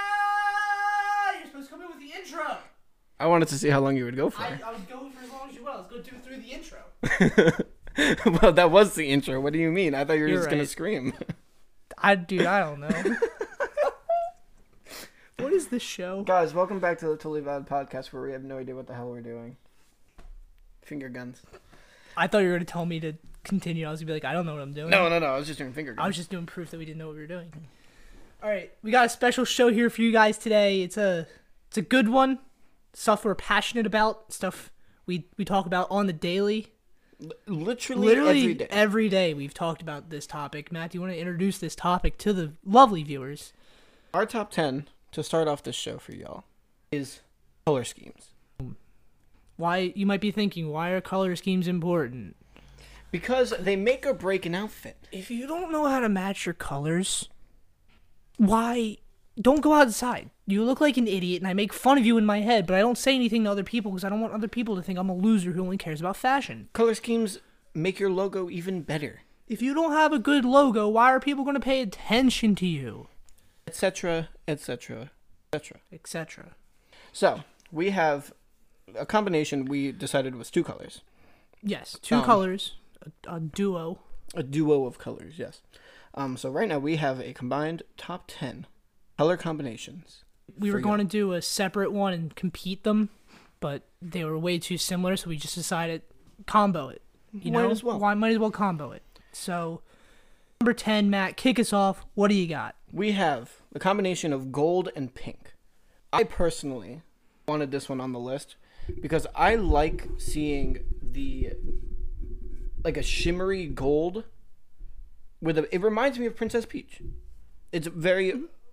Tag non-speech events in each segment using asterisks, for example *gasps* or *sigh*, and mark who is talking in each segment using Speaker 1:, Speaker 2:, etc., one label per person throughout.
Speaker 1: Ah, You're supposed to come in with the intro.
Speaker 2: I wanted to see how long you would go for. *laughs*
Speaker 1: I, I was going for as long as you want. Let's go do through the intro.
Speaker 2: well, that was the intro. What do you mean? I thought you were
Speaker 3: You're
Speaker 2: just gonna
Speaker 3: right.
Speaker 2: scream. *laughs*
Speaker 3: I dude, I don't know. *laughs* what is this show?
Speaker 2: Guys, welcome back to the Totally Valid podcast where we have no idea what the hell we're doing. Finger guns.
Speaker 3: I thought you were gonna tell me to continue. I was gonna be like, I don't know what I'm doing.
Speaker 2: No, no, no. I was just doing finger guns.
Speaker 3: I was just doing proof that we didn't know what we were doing. All right, we got a special show here for you guys today. It's a it's a good one. Stuff we're passionate about. Stuff we we talk about on the daily.
Speaker 2: literally,
Speaker 3: Literally
Speaker 2: every day.
Speaker 3: every day we've talked about this topic. Matt, do you want to introduce this topic to the lovely viewers?
Speaker 2: Our top 10 to start off this show for y'all is color schemes.
Speaker 3: Why you might be thinking, why are color schemes important?
Speaker 2: Because they make or break an outfit.
Speaker 3: if you don't know how to match your colors, why don't go outside? You look like an idiot, and I make fun of you in my head, but I don't say anything to other people because I don't want other people to think I'm a loser who only cares about fashion.
Speaker 2: Color schemes make your logo even better,
Speaker 3: If you don't have a good logo, why are people going to pay attention to you?
Speaker 2: etc., etc., etc.
Speaker 3: Etc.
Speaker 2: So, we have a combination we decided was two colors.
Speaker 3: Yes, two colors, a, a duo.
Speaker 2: A duo of colors, yes. Um, so, right now we have a combined top 10 color combinations.
Speaker 3: We were
Speaker 2: Forgot.
Speaker 3: going to do a separate one and compete them, but they were way too similar, so we just decided combo it. You
Speaker 2: Might
Speaker 3: know,
Speaker 2: as well.
Speaker 3: Why might as well combo it? So, number ten, Matt, kick us off. What do you got?
Speaker 2: We have the combination of gold and pink. I personally wanted this one on the list because I like seeing the like a shimmery gold with a it reminds me of Princess Peach. It's very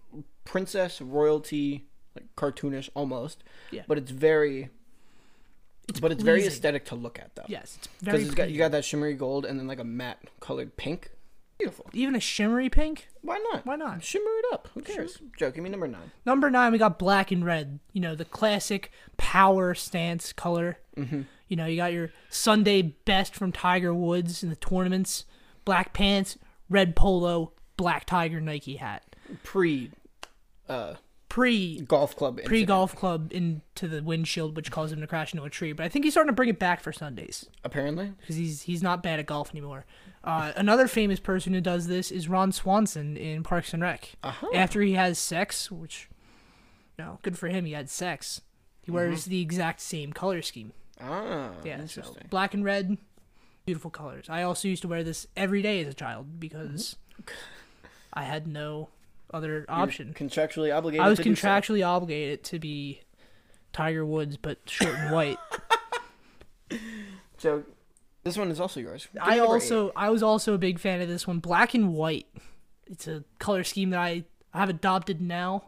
Speaker 3: Mm-hmm.
Speaker 2: princess royalty like cartoonish almost.
Speaker 3: Yeah.
Speaker 2: But it's very but it's very
Speaker 3: pleasing.
Speaker 2: aesthetic to look at though.
Speaker 3: Yes, it's very.
Speaker 2: Because it's got you
Speaker 3: pretty.
Speaker 2: got that shimmery gold and then like a matte colored pink. Beautiful.
Speaker 3: even a shimmery pink.
Speaker 2: Why not?
Speaker 3: Why not?
Speaker 2: Shimmer it up. Who cares? Joe, give me number nine.
Speaker 3: Number nine, we got black and red. You know, the classic power stance color. Mm-hmm. You know, you got your Sunday best from Tiger Woods in the tournaments. Black pants, red polo, black tiger Nike hat.
Speaker 2: Pre
Speaker 3: Pre
Speaker 2: golf club.
Speaker 3: pre
Speaker 2: incident.
Speaker 3: golf club into the windshield, which caused him to crash into a tree. But I think he's starting to bring it back for Sundays
Speaker 2: Apparently,
Speaker 3: because he's he's not bad at golf anymore. Uh, another famous person who does this is Ron Swanson in Parks and Rec.
Speaker 2: Uh-huh.
Speaker 3: After he has sex, which no, good for him, he had sex. He wears the exact same color scheme. Yeah,
Speaker 2: ah,
Speaker 3: so
Speaker 2: Mm-hmm. interesting.
Speaker 3: black and red, beautiful colors. I also used to wear this every day as a child because
Speaker 2: Mm-hmm. *laughs*
Speaker 3: I had no other option.
Speaker 2: Contractually obligated.
Speaker 3: I was
Speaker 2: to do so.
Speaker 3: contractually obligated to be Tiger Woods, but short and
Speaker 2: *laughs*
Speaker 3: white.
Speaker 2: So this one is also yours. Give me
Speaker 3: I
Speaker 2: number
Speaker 3: also I was also a big fan of this one, black and white. It's a color scheme that I I have adopted
Speaker 2: *laughs*
Speaker 3: now.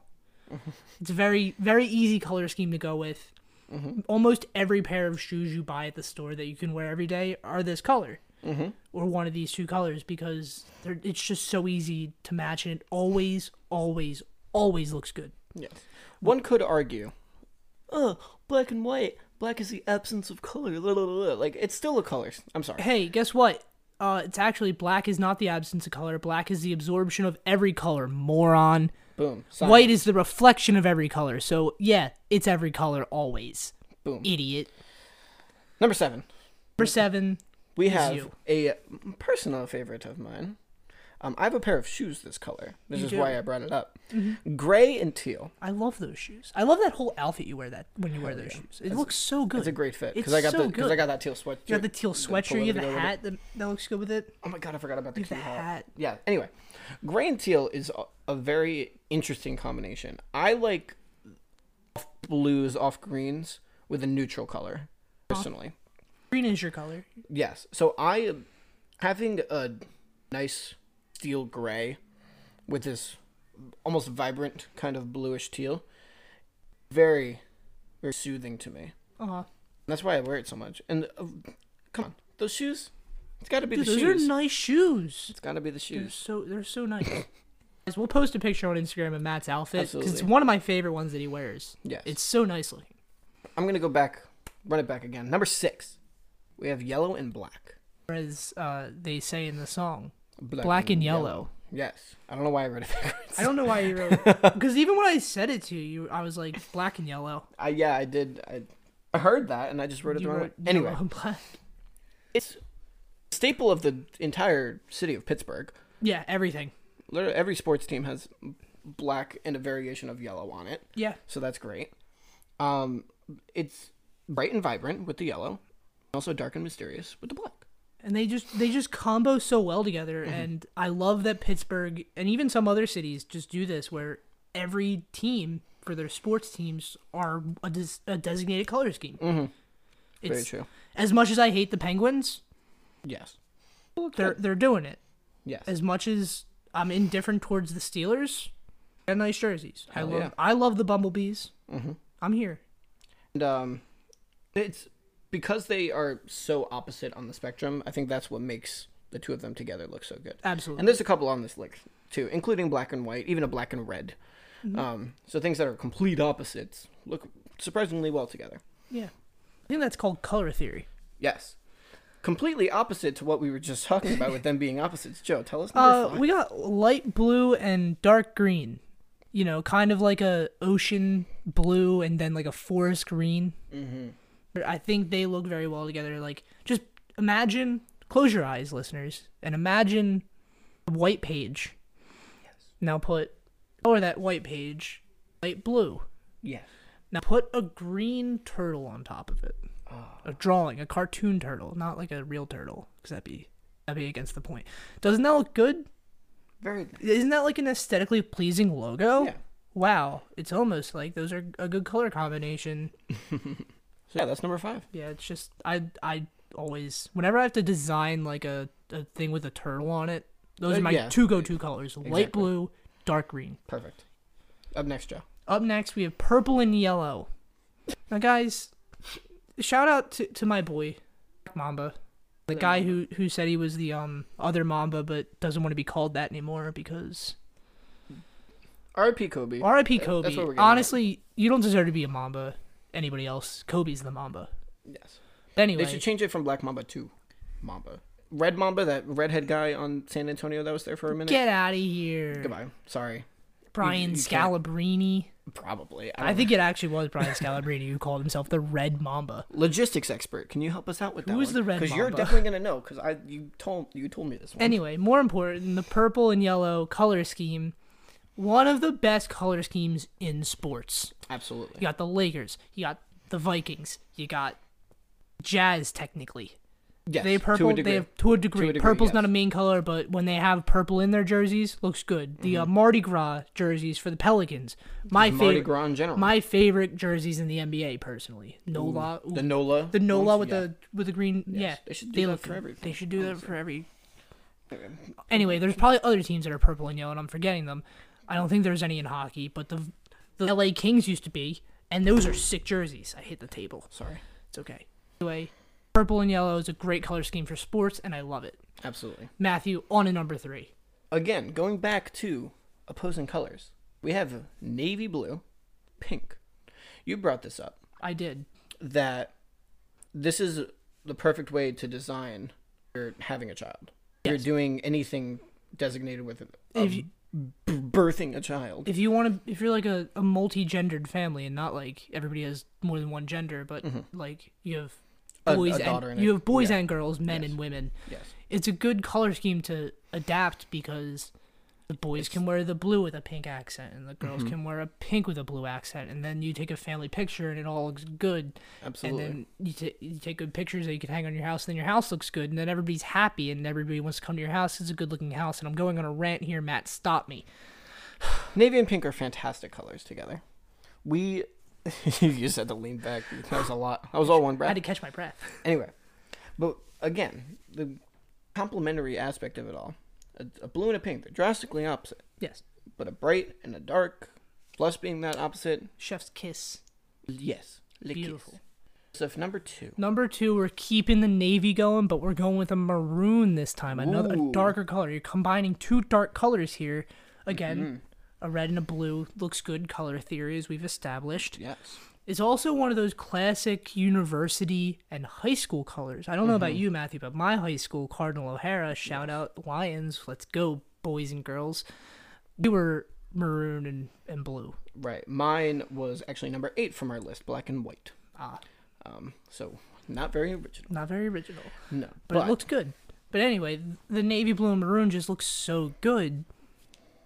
Speaker 3: It's a very very easy color scheme to go with.
Speaker 2: Mm-hmm.
Speaker 3: Almost every pair of shoes you buy at the store that you can wear every day are this color.
Speaker 2: Mm-hmm.
Speaker 3: Or one of these two colors because they're, it's just so easy to match and it always, always, always looks good.
Speaker 2: eight. Yes. One could argue, oh, black and white. Black is the absence of color. la, la, la, la." Like it's still a color. I'm sorry.
Speaker 3: Hey, guess what? Uh, it's actually black is not the absence of color. Black is the absorption of every color. Moron.
Speaker 2: Boom. Sign.
Speaker 3: White is the reflection of every color. So yeah, it's every color always.
Speaker 2: Boom.
Speaker 3: Idiot.
Speaker 2: Number seven.
Speaker 3: Number seven.
Speaker 2: We have
Speaker 3: you.
Speaker 2: a personal favorite of mine. Um, I have a pair of shoes this color. This is
Speaker 3: do. Mm-hmm.
Speaker 2: why I brought it up. Gray and teal.
Speaker 3: I love those shoes. I love that whole outfit you wear that when you wear those shoes. It looks so good.
Speaker 2: It's a great fit
Speaker 3: It's
Speaker 2: because I got
Speaker 3: so
Speaker 2: the because
Speaker 3: good.
Speaker 2: I got that teal sweatshirt.
Speaker 3: You got the teal sweatshirt. You have
Speaker 2: pullover to go
Speaker 3: the
Speaker 2: with it.
Speaker 3: hat that, that looks good with it.
Speaker 2: Oh my god, I forgot about the,
Speaker 3: have the
Speaker 2: key hat.
Speaker 3: hat.
Speaker 2: Yeah. Anyway, gray and teal is a, a very interesting combination. I like off blues, off greens with a neutral color personally.
Speaker 3: Green is your color.
Speaker 2: Yes. So I am having a nice steel gray with this almost vibrant kind of bluish teal. Very, very soothing to me.
Speaker 3: Uh huh.
Speaker 2: That's why I wear it so much. And uh, come on, those shoes. It's got to be the
Speaker 3: Those
Speaker 2: shoes.
Speaker 3: are nice shoes.
Speaker 2: it's got to be the shoes.
Speaker 3: So they're so nice. *laughs* We'll post a picture on Instagram of Matt's outfit because it's
Speaker 2: Absolutely.
Speaker 3: one of my favorite ones that he wears.
Speaker 2: Yes.
Speaker 3: It's so nice looking.
Speaker 2: I'm gonna go back, run it back again. Number six, we have yellow and black.
Speaker 3: Or As uh, they say in the song,
Speaker 2: Black,
Speaker 3: black and yellow.
Speaker 2: Yes. I don't know why I read it *laughs* backwards.
Speaker 3: I don't know why you
Speaker 2: *laughs*
Speaker 3: wrote because even when I said it to you, I was like black and yellow.
Speaker 2: I, yeah, I did. I, I heard that and I just wrote it the
Speaker 3: You
Speaker 2: wrong way.
Speaker 3: wrote
Speaker 2: Anyway,
Speaker 3: yellow and black. *laughs*
Speaker 2: it's a staple of the entire city of Pittsburgh.
Speaker 3: Yeah, everything.
Speaker 2: Literally every sports team has black and a variation of yellow on it,
Speaker 3: Yeah,
Speaker 2: so that's great. Um, it's bright and vibrant with the yellow, also dark and mysterious with the black.
Speaker 3: and they just they just combo so well together
Speaker 2: Mm-hmm.
Speaker 3: and i love that pittsburgh and even some other cities just do this where every team for their sports teams are a, des- a designated color scheme it's,
Speaker 2: Mm-hmm. Very true.
Speaker 3: as much as i hate the penguins
Speaker 2: Yes.
Speaker 3: they're they're doing it
Speaker 2: Yes.
Speaker 3: as much as i'm indifferent towards the steelers and nice jerseys i
Speaker 2: Hell
Speaker 3: love
Speaker 2: yeah. Mm-hmm.
Speaker 3: i love the bumblebees i'm here
Speaker 2: And um, it's because they are so opposite on the spectrum. I think that's what makes the two of them together look so good.
Speaker 3: absolutely
Speaker 2: And there's a couple on this list too, including black and white, even a black and red.
Speaker 3: Mm-hmm.
Speaker 2: Um, so things that are complete opposites look surprisingly well together.
Speaker 3: yeah i think that's called color theory
Speaker 2: Yes. Completely opposite to what we were just talking about with them being opposites. Joe, tell us number
Speaker 3: Uh,
Speaker 2: five.
Speaker 3: we got light blue and dark green. You know, kind of like a ocean blue and then like a forest green. Mm-hmm. I think they look very well together. Like, just imagine, close your eyes, listeners, and imagine a white page. Yes. Now put over that white page, light blue.
Speaker 2: Yes.
Speaker 3: Now put a green turtle on top of it. A drawing, a cartoon turtle, not like a real turtle, because that'd be that'd be against the point. Doesn't that look good?
Speaker 2: Very nice.
Speaker 3: Isn't that like an aesthetically pleasing logo?
Speaker 2: Yeah.
Speaker 3: Wow, it's almost like those are a good color combination.
Speaker 2: So yeah, that's number five.
Speaker 3: Yeah, it's just I I always whenever I have to design like a, a thing with a turtle on it, those
Speaker 2: Uh,
Speaker 3: are my
Speaker 2: yeah.
Speaker 3: two go-to colors: light
Speaker 2: Exactly.
Speaker 3: blue, dark green.
Speaker 2: Perfect. Up next, Joe.
Speaker 3: Up next, we have purple and yellow. Now, guys, shout out to, to my boy, Mamba, the guy who who said he was the um other Mamba, but doesn't want to be called that anymore because
Speaker 2: R.I.P. Kobe.
Speaker 3: R.I.P.
Speaker 2: That- that's
Speaker 3: Kobe.
Speaker 2: what we're getting at.
Speaker 3: Honestly, you don't deserve to be a Mamba. Anybody else? Kobe's the Mamba.
Speaker 2: Yes. They
Speaker 3: Anyway,
Speaker 2: should change it from Black Mamba to Mamba. Red Mamba, that redhead guy on San Antonio that was there for a minute.
Speaker 3: get out of here,
Speaker 2: Goodbye. Sorry.
Speaker 3: Brian
Speaker 2: you can't-
Speaker 3: Scalabrini.
Speaker 2: Probably. I,
Speaker 3: I
Speaker 2: don't
Speaker 3: think it actually was
Speaker 2: *laughs*
Speaker 3: Brian Scalabrini who called himself the Red Mamba.
Speaker 2: logistics expert. Can you help us out with that?
Speaker 3: Who is the red
Speaker 2: Because you're
Speaker 3: mamba?
Speaker 2: definitely gonna know. Because I you told you told me this one.
Speaker 3: Anyway, more important, the purple and yellow color scheme. One of the best color schemes in sports.
Speaker 2: Absolutely.
Speaker 3: You got the Lakers, you got the Vikings, you got Jazz technically.
Speaker 2: Yes,
Speaker 3: They
Speaker 2: to a
Speaker 3: purple they
Speaker 2: degree.
Speaker 3: have to a degree.
Speaker 2: degree,
Speaker 3: Purple's
Speaker 2: yes.
Speaker 3: not a main color, but when they have purple in their jerseys, looks good. The uh, Mardi Gras jerseys for the Pelicans. My
Speaker 2: Mm-hmm. Mardi
Speaker 3: favorite
Speaker 2: Gras in general.
Speaker 3: My favorite jerseys in the NBA personally. Nola ooh,
Speaker 2: the Nola.
Speaker 3: the Nola
Speaker 2: ones,
Speaker 3: with the with the green. yeah,
Speaker 2: they should do that
Speaker 3: look
Speaker 2: for
Speaker 3: good.
Speaker 2: everything,
Speaker 3: They should do that for every. Anyway, there's probably other teams that are purple and yellow, and I'm forgetting them. I don't think there's any in hockey, but the the LA Kings used to be, and those are sick jerseys. I hit the table.
Speaker 2: Sorry.
Speaker 3: It's okay. Anyway, purple and yellow is a great color scheme for sports, and I love it.
Speaker 2: Absolutely.
Speaker 3: Matthew on a number three.
Speaker 2: Again, going back to opposing colors, we have navy blue, pink. You brought this up
Speaker 3: I did.
Speaker 2: that this is the perfect way to design. You're having a child. You're doing anything designated with it. um,
Speaker 3: If you-
Speaker 2: birthing a child.
Speaker 3: if you want to if you're like a, a multi-gendered family and not like everybody has more than one gender but like you have
Speaker 2: Mm-hmm. A- a
Speaker 3: boys
Speaker 2: daughter
Speaker 3: and
Speaker 2: and
Speaker 3: you
Speaker 2: a-
Speaker 3: have boys
Speaker 2: yeah.
Speaker 3: and girls men and women
Speaker 2: Yes.
Speaker 3: it's a good color scheme to adapt because the boys can wear the blue with a pink accent and the girls
Speaker 2: Mm-hmm.
Speaker 3: can wear a pink with a blue accent and then you take a family picture and it all looks good
Speaker 2: Absolutely.
Speaker 3: and then you, ta you take good pictures that you can hang on your house and then your house looks good and then everybody's happy and everybody wants to come to your house it's a good looking house and i'm going on a rant here matt stop me
Speaker 2: Navy and pink are fantastic colors together. We *laughs* you just had to lean back. That was a lot. That was all one
Speaker 3: i had to
Speaker 2: breath.
Speaker 3: catch my breath *laughs*
Speaker 2: Anyway, but again, the complementary aspect of it all. A, a blue and a pink, they're drastically opposite,
Speaker 3: yes
Speaker 2: but a bright and a dark, plus being that opposite,
Speaker 3: Chef's kiss.
Speaker 2: yes, le kiss.
Speaker 3: Beautiful.
Speaker 2: So if number two,
Speaker 3: Number two, we're keeping the navy going, but we're going with a maroon this time. Another a
Speaker 2: Ooh.
Speaker 3: darker color. You're combining two dark colors here. Again, a red and a blue looks good color theory, as we've established.
Speaker 2: Yes.
Speaker 3: It's also one of those classic university and high school colors. I don't know about you, Matthew, but my high school, Cardinal O'Hara, shout out Lions, let's go, boys and girls. We were maroon and, and blue.
Speaker 2: Right. Mine was actually number eight from our list, black and white.
Speaker 3: Ah,
Speaker 2: Um, so not very original.
Speaker 3: not very original,
Speaker 2: No.
Speaker 3: but, it looked good. But anyway, the navy blue and maroon just looks so good,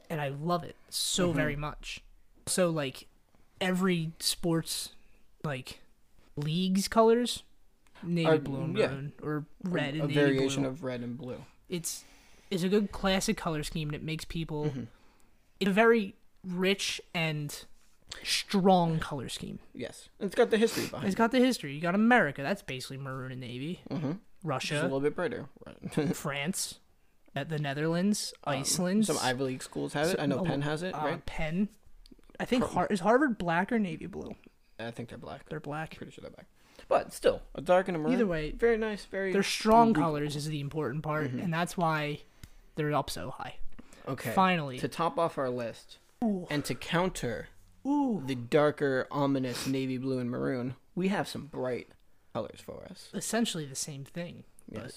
Speaker 3: and I love it so
Speaker 2: Mm-hmm.
Speaker 3: very much. So like every sports like leagues colors, navy
Speaker 2: Are-
Speaker 3: blue and
Speaker 2: yeah.
Speaker 3: maroon or red
Speaker 2: a
Speaker 3: and navy
Speaker 2: variation
Speaker 3: blue.
Speaker 2: of red and blue.
Speaker 3: it's it's a good classic color scheme that makes people
Speaker 2: Mm-hmm.
Speaker 3: it's a very rich and strong color scheme.
Speaker 2: Yes. It's got the history behind
Speaker 3: It's
Speaker 2: it.
Speaker 3: got the history. You got America, that's basically maroon and navy.
Speaker 2: Mm-hmm. It's a
Speaker 3: Russia,
Speaker 2: little bit brighter. Right. *laughs*
Speaker 3: France, uh, the Netherlands, Iceland,
Speaker 2: Um, Some Ivy League schools have it. I know
Speaker 3: oh,
Speaker 2: Penn has it,
Speaker 3: uh,
Speaker 2: right?
Speaker 3: Penn. I think Har- is Harvard black or navy blue?
Speaker 2: I think they're black.
Speaker 3: They're black.
Speaker 2: pretty sure they're black. But still, a dark and a maroon.
Speaker 3: Either way,
Speaker 2: very nice. Very.
Speaker 3: They're strong colors is the important part, and that's why they're up so high.
Speaker 2: Mm-hmm. okay.
Speaker 3: finally.
Speaker 2: to top off our list
Speaker 3: Ooh.
Speaker 2: and to counter
Speaker 3: Ooh,
Speaker 2: the darker, ominous navy blue and maroon, we have some bright colors for us.
Speaker 3: essentially the same thing,
Speaker 2: Yes.
Speaker 3: but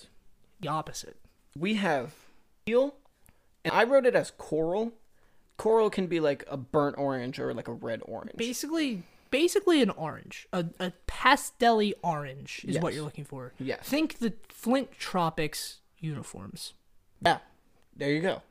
Speaker 3: the opposite.
Speaker 2: we have teal, and I wrote it as coral. Coral can be like a burnt orange or like a red orange.
Speaker 3: basically basically an orange a, a pastelly orange is what
Speaker 2: Yes.
Speaker 3: you're looking for
Speaker 2: Yes.
Speaker 3: think the flint tropics uniforms
Speaker 2: yeah, there you go.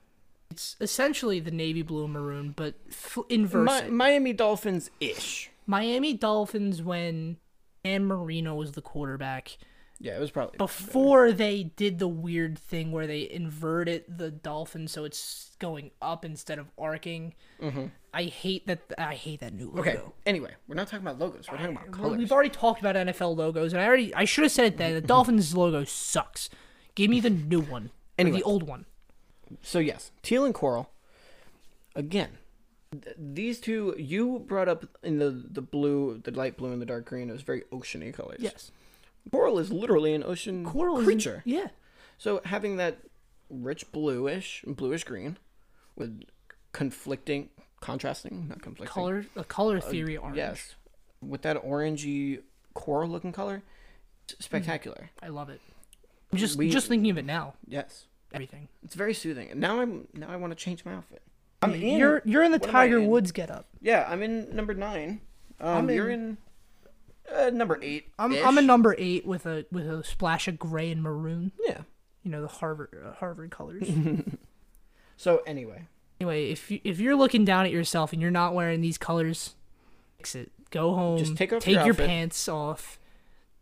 Speaker 3: it's essentially the navy blue and maroon but f- inverse
Speaker 2: Mi-
Speaker 3: it.
Speaker 2: Miami Dolphins ish.
Speaker 3: miami dolphins when Dan marino was the quarterback
Speaker 2: Yeah, it was probably
Speaker 3: before they did the weird thing where they inverted the dolphin so it's going up instead of arcing i hate that i hate that new logo
Speaker 2: Mm-hmm. okay. Anyway, we're not talking about logos. We're talking about
Speaker 3: Well,
Speaker 2: colors.
Speaker 3: We've already talked about NFL logos, and I already I should have said it then.
Speaker 2: *laughs*
Speaker 3: The Dolphins logo sucks. Give me the new one,
Speaker 2: Anyway.
Speaker 3: or the old one.
Speaker 2: So yes, teal and coral. Again, th- these two you brought up in the the blue, the light blue and the dark green. It was very oceany colors.
Speaker 3: Yes,
Speaker 2: coral is literally an ocean
Speaker 3: coral is an-
Speaker 2: creature.
Speaker 3: yeah,
Speaker 2: So having that rich bluish, bluish green, with conflicting, contrasting, not conflicting
Speaker 3: color a color theory orange.
Speaker 2: Uh, Yes, with that orangey coral looking color, it's spectacular.
Speaker 3: I love it. I'm just
Speaker 2: We-
Speaker 3: just thinking of it now.
Speaker 2: Yes,
Speaker 3: Everything.
Speaker 2: it's very soothing. And now I'm now I want to change my outfit. I'm in.
Speaker 3: You're you're in the
Speaker 2: What am I
Speaker 3: Tiger
Speaker 2: in?
Speaker 3: Woods getup.
Speaker 2: Yeah, I'm in number nine.
Speaker 3: I'm
Speaker 2: Um, you're in uh, number eight.
Speaker 3: I'm I'm a number eight with a with a splash of gray and maroon.
Speaker 2: yeah.
Speaker 3: You know the Harvard uh, Harvard
Speaker 2: *laughs*
Speaker 3: colors.
Speaker 2: Mhm. So anyway,
Speaker 3: anyway, if you, if you're looking down at yourself and you're not wearing these colors, fix it. Go home.
Speaker 2: Just take off
Speaker 3: take
Speaker 2: your
Speaker 3: your
Speaker 2: outfit.
Speaker 3: pants off.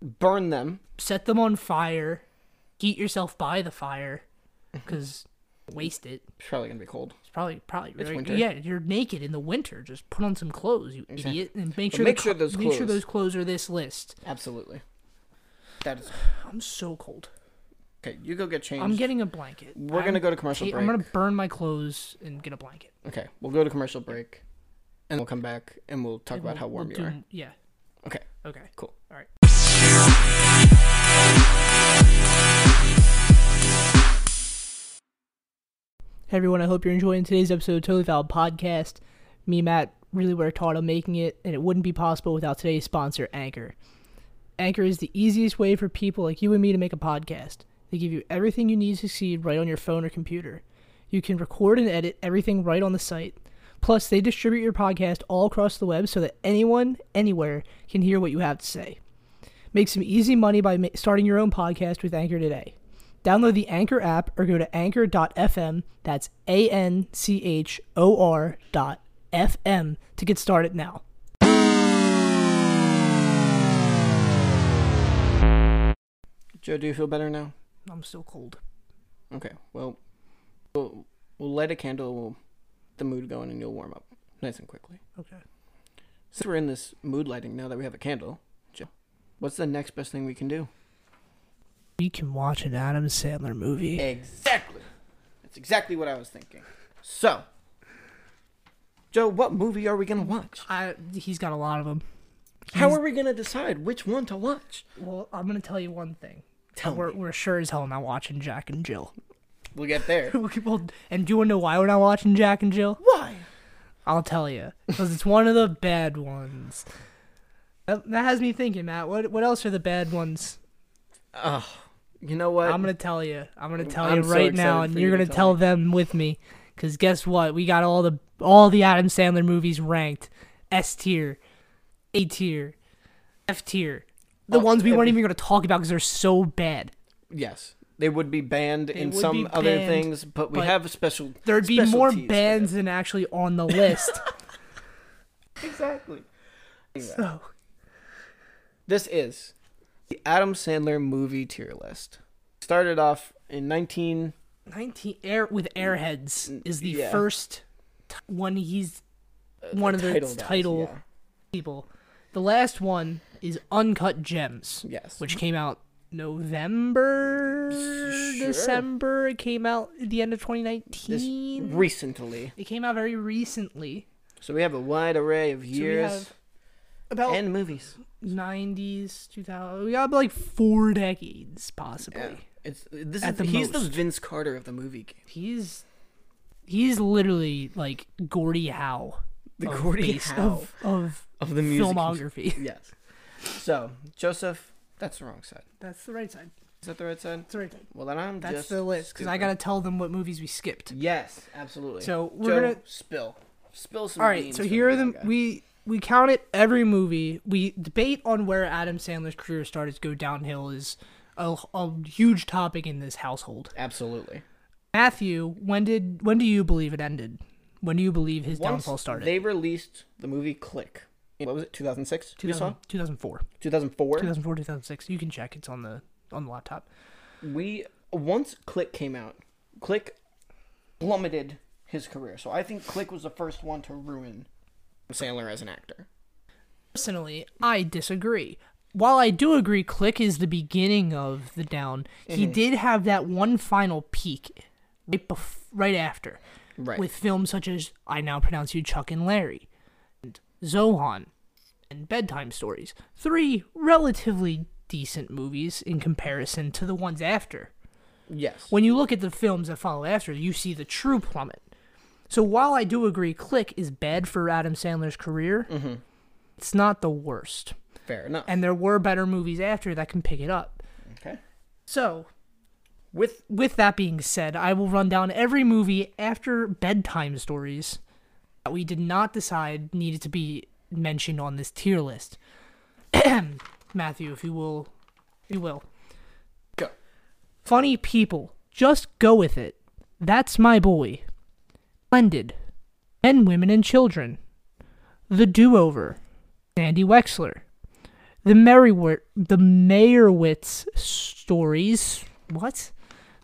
Speaker 2: burn them.
Speaker 3: set them on fire, heat yourself by the
Speaker 2: *laughs*
Speaker 3: fire, because waste it.
Speaker 2: It's probably gonna be cold.
Speaker 3: It's probably probably very-
Speaker 2: winter.
Speaker 3: yeah. You're naked in the winter. Just put on some clothes, you idiot, and make
Speaker 2: But
Speaker 3: sure
Speaker 2: make
Speaker 3: the
Speaker 2: sure
Speaker 3: co-
Speaker 2: those
Speaker 3: make sure
Speaker 2: clothes-
Speaker 3: those clothes are this list.
Speaker 2: Absolutely. That is
Speaker 3: I'm so cold.
Speaker 2: okay. You go get changed.
Speaker 3: I'm getting a blanket.
Speaker 2: We're
Speaker 3: I'm
Speaker 2: gonna go to commercial
Speaker 3: ta-
Speaker 2: break.
Speaker 3: I'm gonna burn my clothes and get a blanket.
Speaker 2: Okay, we'll go to commercial break, and we'll come back and we'll talk about
Speaker 3: We'll-
Speaker 2: how warm
Speaker 3: we'll
Speaker 2: you are.
Speaker 3: do- Yeah.
Speaker 2: Okay,
Speaker 3: Okay.
Speaker 2: cool.
Speaker 3: All right. Hey everyone, I hope you're enjoying today's episode of Totally Valid Podcast. Me and Matt really worked hard on making it, and it wouldn't be possible without today's sponsor, Anchor. Anchor is the easiest way for people like you and me to make a podcast. They give you everything you need to succeed right on your phone or computer. You can record and edit everything right on the site. Plus, they distribute your podcast all across the web so that anyone, anywhere, can hear what you have to say. Make some easy money by ma- starting your own podcast with Anchor today. Download the Anchor app or go to anchor.fm, that's A N C H O R dot FM, to get started now.
Speaker 2: Joe, do you feel better now?
Speaker 3: I'm still cold.
Speaker 2: Okay, well, we'll, we'll light a candle, we'll get the mood going, and you'll warm up nice and quickly.
Speaker 3: Okay.
Speaker 2: Since we're in this mood lighting now that we have a candle, Joe, what's the next best thing we can do?
Speaker 3: We can watch an Adam Sandler movie.
Speaker 2: Exactly. That's exactly what I was thinking. So, Joe, what movie are we gonna watch?
Speaker 3: I, he's got a lot of them.
Speaker 2: How are we gonna decide which one to watch?
Speaker 3: Well, I'm going to tell you one thing.
Speaker 2: Tell
Speaker 3: we're,
Speaker 2: me.
Speaker 3: we're sure as hell not watching Jack and Jill.
Speaker 2: We'll get there.
Speaker 3: Okay, well, and do you want to know why we're not watching Jack and Jill?
Speaker 2: *laughs* Why?
Speaker 3: I'll tell you, because it's one of the bad ones. That, that has me thinking, Matt. What what else are the bad ones?
Speaker 2: Oh, you know what?
Speaker 3: I'm gonna tell you. I'm gonna tell
Speaker 2: I'm
Speaker 3: you
Speaker 2: so
Speaker 3: right
Speaker 2: excited
Speaker 3: now,
Speaker 2: for
Speaker 3: and
Speaker 2: you
Speaker 3: you're
Speaker 2: to
Speaker 3: gonna
Speaker 2: tell
Speaker 3: tell them with me. Because guess what? We got all the all the Adam Sandler movies ranked S tier, A tier, F tier. The
Speaker 2: Oh,
Speaker 3: ones we weren't
Speaker 2: every-
Speaker 3: even gonna talk about because they're so bad.
Speaker 2: Yes, they would be banned in
Speaker 3: would
Speaker 2: some
Speaker 3: be
Speaker 2: other
Speaker 3: banned,
Speaker 2: things, but we
Speaker 3: but
Speaker 2: have special.
Speaker 3: There'd be more
Speaker 2: specialties for
Speaker 3: bands than actually on the list.
Speaker 2: that. *laughs* Exactly.
Speaker 3: so
Speaker 2: This is the Adam Sandler movie tier list. Started off in 19.
Speaker 3: 19 air with airheads is the
Speaker 2: Mm. yeah. Uh,
Speaker 3: first t- one he's one of the
Speaker 2: title
Speaker 3: title,
Speaker 2: guys, yeah.
Speaker 3: people the last one is uncut gems
Speaker 2: Yes.
Speaker 3: which came out november
Speaker 2: Sure.
Speaker 3: december it came out at the end of 2019
Speaker 2: recently.
Speaker 3: it came out very recently
Speaker 2: So we have a wide array of
Speaker 3: So we
Speaker 2: years
Speaker 3: have Oh. about
Speaker 2: and movies.
Speaker 3: 90s 2000 we got like four decades possibly
Speaker 2: It's this
Speaker 3: At
Speaker 2: is
Speaker 3: the
Speaker 2: he's the
Speaker 3: most.
Speaker 2: Vince Carter of the movie game.
Speaker 3: he's he's literally like Gordy Howe
Speaker 2: The
Speaker 3: *laughs* of
Speaker 2: Gordie
Speaker 3: base-
Speaker 2: Howe
Speaker 3: of, of
Speaker 2: of the music.
Speaker 3: filmography.
Speaker 2: Yes. So Joseph, that's the wrong side.
Speaker 3: *laughs* That's the right side.
Speaker 2: Is that the right side?
Speaker 3: That's the right side.
Speaker 2: Well, then I'm
Speaker 3: That's
Speaker 2: just
Speaker 3: the list because I
Speaker 2: stupid.
Speaker 3: gotta tell them what movies we skipped.
Speaker 2: Yes, absolutely.
Speaker 3: So, we're
Speaker 2: Joe,
Speaker 3: gonna-
Speaker 2: spill, spill some.
Speaker 3: All right,
Speaker 2: beans
Speaker 3: so
Speaker 2: for
Speaker 3: here
Speaker 2: me,
Speaker 3: are the
Speaker 2: my guy.
Speaker 3: we we counted every movie. We debate on where Adam Sandler's career started to go downhill is a, a huge topic in this household.
Speaker 2: Absolutely.
Speaker 3: Matthew, when did when do you believe it ended? When do you believe his
Speaker 2: Once
Speaker 3: downfall started?
Speaker 2: They released the movie Click. in- What was it? 2006. You saw
Speaker 3: 2000, 2004,
Speaker 2: 2004.
Speaker 3: 2004, 2006. You can check. It's on the on the laptop.
Speaker 2: We once Click came out, Click plummeted his career. So I think Click was the first one to ruin Sandler as an actor.
Speaker 3: Personally, I disagree. While I do agree, Click is the beginning of the down. He did have that one final peak right bef- right after,
Speaker 2: Right.
Speaker 3: with films such as I now pronounce you Chuck and Larry, and Zohan, and Bedtime Stories. Three relatively decent movies in comparison to the ones after.
Speaker 2: Yes.
Speaker 3: When you look at the films that follow after, you see the true plummet. So while I do agree, Click is bad for Adam Sandler's career. It's not the worst
Speaker 2: Fair enough.
Speaker 3: and there were better movies after that can pick it up.
Speaker 2: okay.
Speaker 3: So,
Speaker 2: With
Speaker 3: with that being said, I will run down every movie after bedtime stories that we did not decide needed to be mentioned on this tier list. *clears throat* Matthew, if you will, if you will.
Speaker 2: go.
Speaker 3: Funny people, just go with it. That's my boy. Blended. Men, women, and children. The Do Over. Sandy Wexler. The Merriwit, the Meyerowitz stories. What?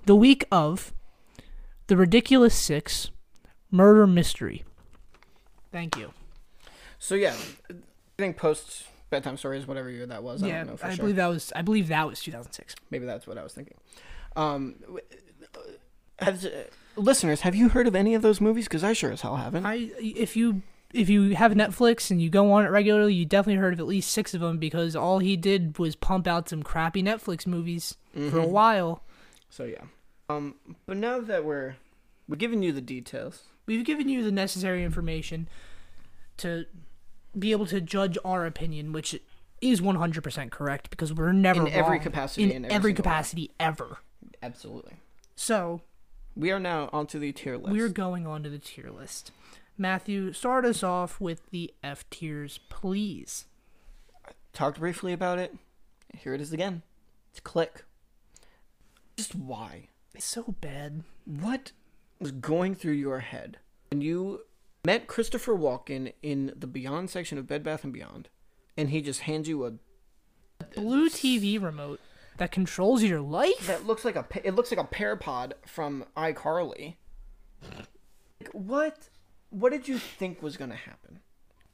Speaker 3: The Week of. The Ridiculous Six. Murder Mystery. Thank you.
Speaker 2: So yeah, I think post bedtime stories, whatever year that was. I don't know for sure.
Speaker 3: that was. I believe that was 2006.
Speaker 2: Maybe that's what I was thinking. Um, w- uh, has, uh, listeners, have you heard of any of those movies? Because I sure as hell haven't.
Speaker 3: I if you if you have Netflix and you go on it regularly, you definitely heard of at least six of them because all he did was pump out some crappy Netflix movies for
Speaker 2: Mm-hmm.
Speaker 3: a while.
Speaker 2: So yeah. Um, but now that we're we're giving you the details,
Speaker 3: We've given you the necessary information to be able to judge our opinion, which is 100% correct because we're never
Speaker 2: In every
Speaker 3: wrong.
Speaker 2: capacity,
Speaker 3: in,
Speaker 2: in every
Speaker 3: every,
Speaker 2: single one.
Speaker 3: capacity ever.
Speaker 2: absolutely,
Speaker 3: So
Speaker 2: we are now onto the tier list.
Speaker 3: we're going on to the tier list. Matthew, start us off with the F tiers, please.
Speaker 2: talked briefly about it. Here it is again. It's click. Just why?
Speaker 3: It's so bad.
Speaker 2: What was going through your head when you met Christopher Walken in the Beyond section of Bed Bath and Beyond, and he just hands you a
Speaker 3: blue TV remote that controls your life?
Speaker 2: that looks like a pa- it looks like a pear pod from iCarly. Like, what? What did you think was going to happen?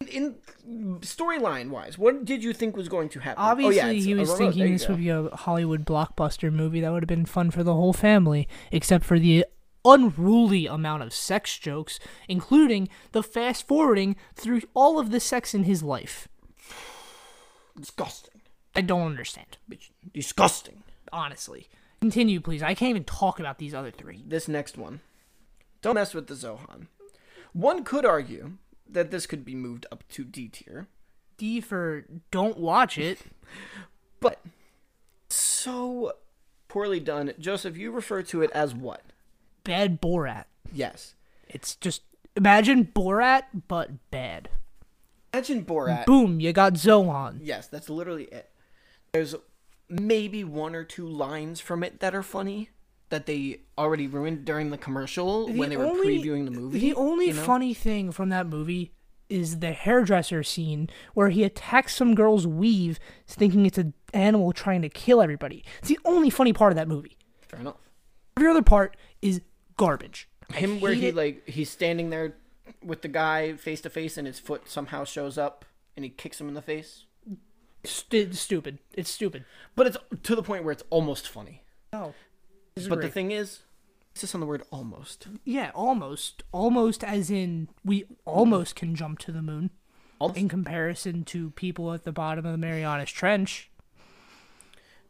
Speaker 2: In in storyline wise, what did you think was going to happen? Oh,
Speaker 3: Obviously,
Speaker 2: yeah, it's
Speaker 3: he
Speaker 2: a
Speaker 3: was
Speaker 2: remote. There
Speaker 3: thinking
Speaker 2: you
Speaker 3: this
Speaker 2: go.
Speaker 3: would be a Hollywood blockbuster movie that would have been fun for the whole family, except for the unruly amount of sex jokes, including the fast forwarding through all of the sex in his life.
Speaker 2: disgusting.
Speaker 3: I don't understand,
Speaker 2: Bitch, disgusting.
Speaker 3: honestly. Continue, please. I can't even talk about these other three.
Speaker 2: This next one. Don't mess with the Zohan. One could argue that this could be moved up to D tier,
Speaker 3: D for don't watch it.
Speaker 2: but so poorly done. Joseph, you refer to it as what?
Speaker 3: Bad Borat.
Speaker 2: Yes.
Speaker 3: It's just imagine Borat but bad.
Speaker 2: Imagine Borat.
Speaker 3: Boom, you got Zohan.
Speaker 2: Yes, that's literally it. There's maybe one or two lines from it that are funny that they already ruined during the commercial when they were previewing the movie.
Speaker 3: The only
Speaker 2: you know?
Speaker 3: funny thing from that movie is the hairdresser scene where he attacks some girl's weave thinking it's an animal trying to kill everybody. It's the only funny part of that movie.
Speaker 2: Fair enough.
Speaker 3: Every other part is garbage.
Speaker 2: Him where
Speaker 3: hate
Speaker 2: he
Speaker 3: it.
Speaker 2: like he's standing there with the guy face to face and his foot somehow shows up and he kicks him in the face.
Speaker 3: Stu- stupid. It's stupid.
Speaker 2: But it's to the point where it's almost funny.
Speaker 3: No.
Speaker 2: But the thing is, it's just on the word almost.
Speaker 3: Yeah, almost. Almost as in we almost can jump to the moon
Speaker 2: Almost.
Speaker 3: in comparison to people at the bottom of the Marianas Trench.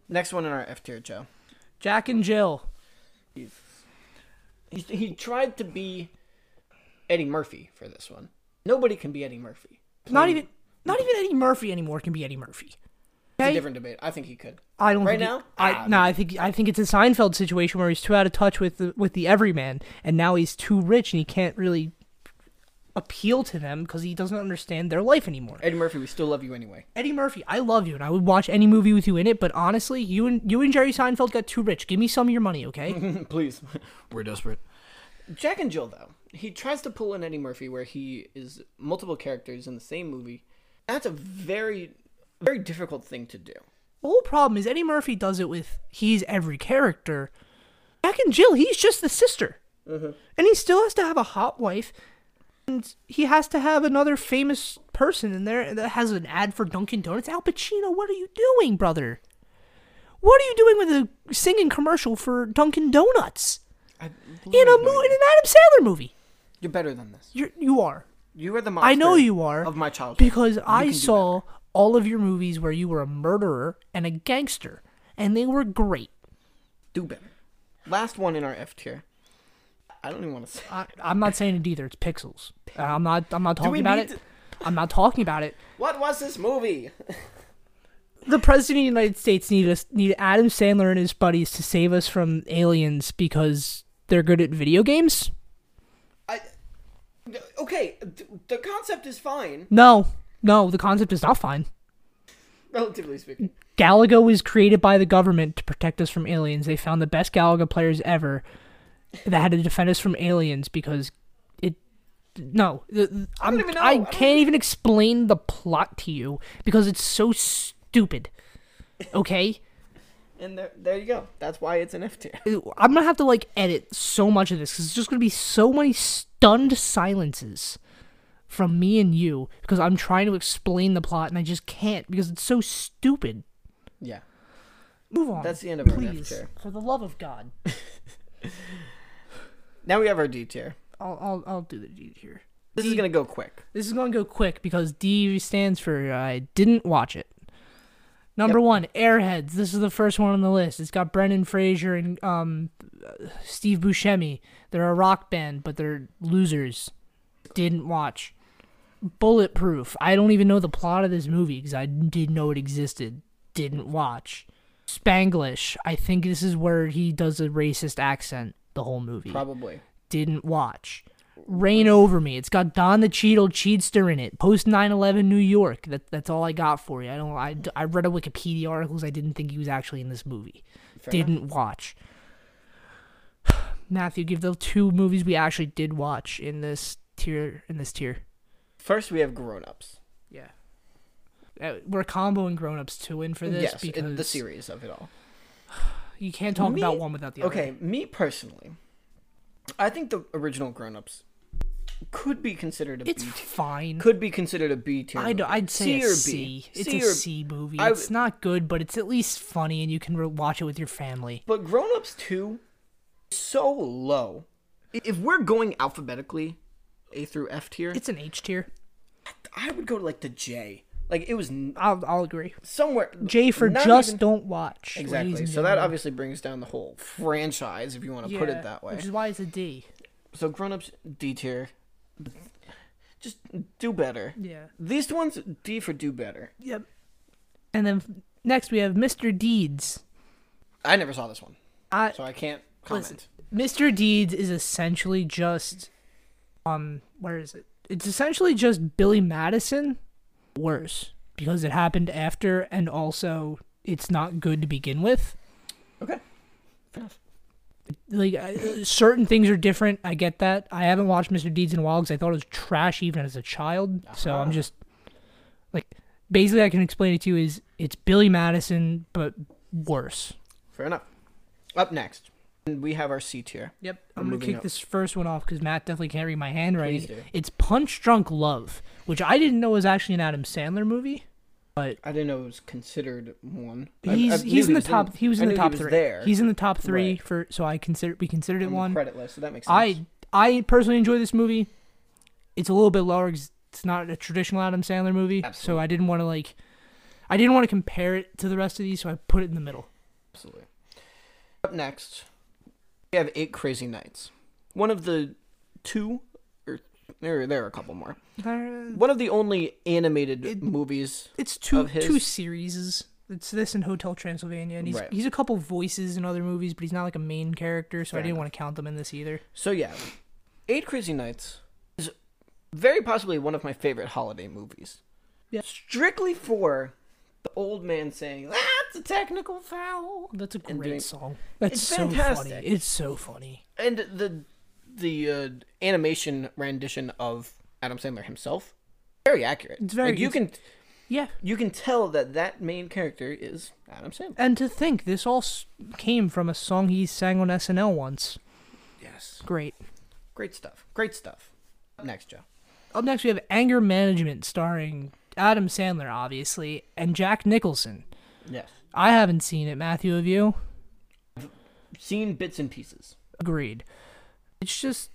Speaker 2: Next one in our F tier, Joe.
Speaker 3: Jack and Jill.
Speaker 2: He, he tried to be Eddie Murphy for this one. Nobody can be Eddie Murphy.
Speaker 3: Not even not even Eddie Murphy anymore can be Eddie Murphy.
Speaker 2: It's a
Speaker 3: Okay?
Speaker 2: different debate. I think he could.
Speaker 3: I don't
Speaker 2: Right
Speaker 3: think he-
Speaker 2: now?
Speaker 3: I
Speaker 2: Ah,
Speaker 3: no, I think I think it's a Seinfeld situation where he's too out of touch with the, with the everyman, and now he's too rich and he can't really appeal to them because he doesn't understand their life anymore.
Speaker 2: Eddie Murphy, we still love you anyway. *laughs*
Speaker 3: Eddie Murphy, I love you, and I would watch any movie with you in it. But honestly, you and you and Jerry Seinfeld got too rich. Give me some of your money, okay?
Speaker 2: Please. We're desperate. Jack and Jill, though, he tries to pull an Eddie Murphy where he is multiple characters in the same movie. That's a very, very difficult thing to do.
Speaker 3: the whole problem is Eddie Murphy does it with he's every character. Jack and Jill, he's just the sister,
Speaker 2: Mm-hmm.
Speaker 3: and he still has to have a hot wife, and he has to have another famous person in there that has an ad for Dunkin' Donuts. Al Pacino, what are you doing, brother? What are you doing with a singing commercial for Dunkin' Donuts
Speaker 2: I,
Speaker 3: in a mo- in an Adam Sandler movie?
Speaker 2: You're better than this.
Speaker 3: You're, you are.
Speaker 2: You are the monster.
Speaker 3: I know you are
Speaker 2: Of my childhood.
Speaker 3: because I
Speaker 2: can do
Speaker 3: saw all of your movies where you were a murderer and a gangster, and they were great.
Speaker 2: Do better. Last one in our F tier. I don't even want to say.
Speaker 3: I, I'm not saying it either. It's Pixels. Uh, I'm not. I'm not
Speaker 2: we
Speaker 3: talking about
Speaker 2: need
Speaker 3: it. I'm not talking about it.
Speaker 2: What was this movie? *laughs*
Speaker 3: The president of the United States needed us, needed Adam Sandler and his buddies to save us from aliens because they're good at video games.
Speaker 2: I. Okay, th- the concept is fine, *laughs*
Speaker 3: No, no, the concept is not fine.
Speaker 2: relatively speaking.
Speaker 3: Galaga was created by the government to protect us from aliens. They found the best Galaga players ever that had to defend us from aliens because it. No, the- the- I'm, I,
Speaker 2: even know. I don't
Speaker 3: can't even explain the plot to you because it's so stupid. Okay,
Speaker 2: And there, there you go. That's why it's an F tier. *laughs*
Speaker 3: I'm gonna have to like edit so much of this because it's just gonna be so many stunned silences from me and you because I'm trying to explain the plot and I just can't because it's so stupid.
Speaker 2: Yeah.
Speaker 3: Move on.
Speaker 2: That's the end of our
Speaker 3: please,
Speaker 2: chapter.
Speaker 3: for the love of God.
Speaker 2: Now we have our D tier.
Speaker 3: I'll I'll, I'll do the D here.
Speaker 2: This is gonna go quick.
Speaker 3: This is going to go quick because D stands for I didn't watch it. Number one, Airheads. This is the first one on the list. It's got Brendan Fraser and um, Steve Buscemi. They're a rock band, but they're losers. Didn't watch. Bulletproof. I don't even know the plot of this movie because I didn't know it existed. Didn't watch. Spanglish. I think this is where he does a racist accent the whole movie
Speaker 2: Probably.
Speaker 3: didn't watch. Rain Over Me. It's got Don the Cheadle Cheatster in it. Post 9/11 New York. That that's all I got for you. I don't. I, I read a Wikipedia articles. I didn't think he was actually in this movie. didn't watch. *sighs* Matthew, give the two movies we actually did watch in this tier. In this tier.
Speaker 2: First, we have grown ups.
Speaker 3: Yeah. Uh, we're comboing Grown Ups two in for this
Speaker 2: Mm, Yes, it-
Speaker 3: because
Speaker 2: the series of it all.
Speaker 3: You can't talk
Speaker 2: Me-
Speaker 3: about one without the other.
Speaker 2: Okay, me personally, I think the original grown ups could be considered a B
Speaker 3: It's
Speaker 2: tier.
Speaker 3: fine.
Speaker 2: Could be considered a B tier.
Speaker 3: I
Speaker 2: movie.
Speaker 3: know, I'd say
Speaker 2: C
Speaker 3: a
Speaker 2: or
Speaker 3: C.
Speaker 2: B.
Speaker 3: It's
Speaker 2: C
Speaker 3: a
Speaker 2: or-
Speaker 3: C movie.
Speaker 2: I
Speaker 3: it's
Speaker 2: would-
Speaker 3: not good, but it's at least funny, and you can re- watch it with your family.
Speaker 2: But Grown Ups 2 is so low. I- If we're going alphabetically, A through F tier,
Speaker 3: It's an H tier.
Speaker 2: I would go to like the J. Like it was n-
Speaker 3: I'll, I'll agree.
Speaker 2: somewhere
Speaker 3: J for
Speaker 2: not
Speaker 3: just
Speaker 2: even-
Speaker 3: don't watch. ladies
Speaker 2: exactly.
Speaker 3: and
Speaker 2: So that
Speaker 3: gentlemen.
Speaker 2: obviously brings down the whole franchise, if you want to put
Speaker 3: Yeah,
Speaker 2: it that way.
Speaker 3: which is why it's a D.
Speaker 2: So grown ups D tier. Just do better.
Speaker 3: Yeah.
Speaker 2: These ones D for do better.
Speaker 3: Yep. And then f- next we have Mr. Deeds.
Speaker 2: I never saw this one,
Speaker 3: I
Speaker 2: so I can't comment.
Speaker 3: Listen, Mr. Deeds is essentially just um where is it? It's essentially just Billy Madison worse because it happened after and also it's not good to begin with.
Speaker 2: Okay.
Speaker 3: Like I- certain things are different. I get that. I haven't watched Mr. Deeds in a while because I thought it was trash even as a child. So
Speaker 2: Uh-huh.
Speaker 3: I'm just like basically I can explain it to you is it's Billy Madison but worse.
Speaker 2: Fair enough. Up next, we have our C tier.
Speaker 3: Yep,
Speaker 2: We're
Speaker 3: I'm gonna
Speaker 2: moving
Speaker 3: kick
Speaker 2: up.
Speaker 3: this first one off because Matt definitely can't read my handwriting.
Speaker 2: Please do.
Speaker 3: It's Punch Drunk Love, which I didn't know was actually an Adam Sandler movie.
Speaker 2: I didn't know it was considered one. I- I
Speaker 3: He's
Speaker 2: knew
Speaker 3: he's in the
Speaker 2: was
Speaker 3: top. He was
Speaker 2: I
Speaker 3: in the
Speaker 2: knew
Speaker 3: top
Speaker 2: was
Speaker 3: three.
Speaker 2: There.
Speaker 3: He's in the top three
Speaker 2: Right.
Speaker 3: for so I consider we considered it
Speaker 2: on
Speaker 3: one.
Speaker 2: the credit list, so that makes sense.
Speaker 3: I I personally enjoy this movie. It's a little bit lower 'cause it's not a traditional Adam Sandler movie, so
Speaker 2: Absolutely.
Speaker 3: I didn't want to like, I didn't want to compare it to the rest of these, so I put it in the middle.
Speaker 2: absolutely. Up next, we have Eight Crazy Nights. One of the two, or there, there are a couple more.
Speaker 3: Uh,
Speaker 2: One of the only animated
Speaker 3: It-
Speaker 2: movies.
Speaker 3: It's two
Speaker 2: of his-
Speaker 3: two series. It's this and Hotel Transylvania, and he's
Speaker 2: Right.
Speaker 3: he's a couple voices in other movies, but he's not like a main character, so I
Speaker 2: Fair
Speaker 3: didn't
Speaker 2: enough.
Speaker 3: want to count them in this either.
Speaker 2: So yeah, Eight Crazy Nights is very possibly one of my favorite holiday movies.
Speaker 3: Yeah.
Speaker 2: Strictly for the old man saying that's a technical foul.
Speaker 3: That's a
Speaker 2: And
Speaker 3: great
Speaker 2: doing-
Speaker 3: song. That's
Speaker 2: It's
Speaker 3: so
Speaker 2: fantastic.
Speaker 3: funny. It's so funny.
Speaker 2: and the the uh, animation rendition of Adam Sandler himself very accurate.
Speaker 3: It's very-
Speaker 2: Like, you can
Speaker 3: Yeah,
Speaker 2: you can tell that that main character is Adam Sandler.
Speaker 3: and to think this all s- came from a song he sang on SNL once.
Speaker 2: Yes,
Speaker 3: Great.
Speaker 2: great stuff. Great stuff. Up Next, Joe.
Speaker 3: Up next, we have Anger Management, starring Adam Sandler, obviously, and Jack Nicholson.
Speaker 2: Yes,
Speaker 3: I haven't seen it, Matthew. Have you?
Speaker 2: seen bits and pieces.
Speaker 3: Agreed. It's just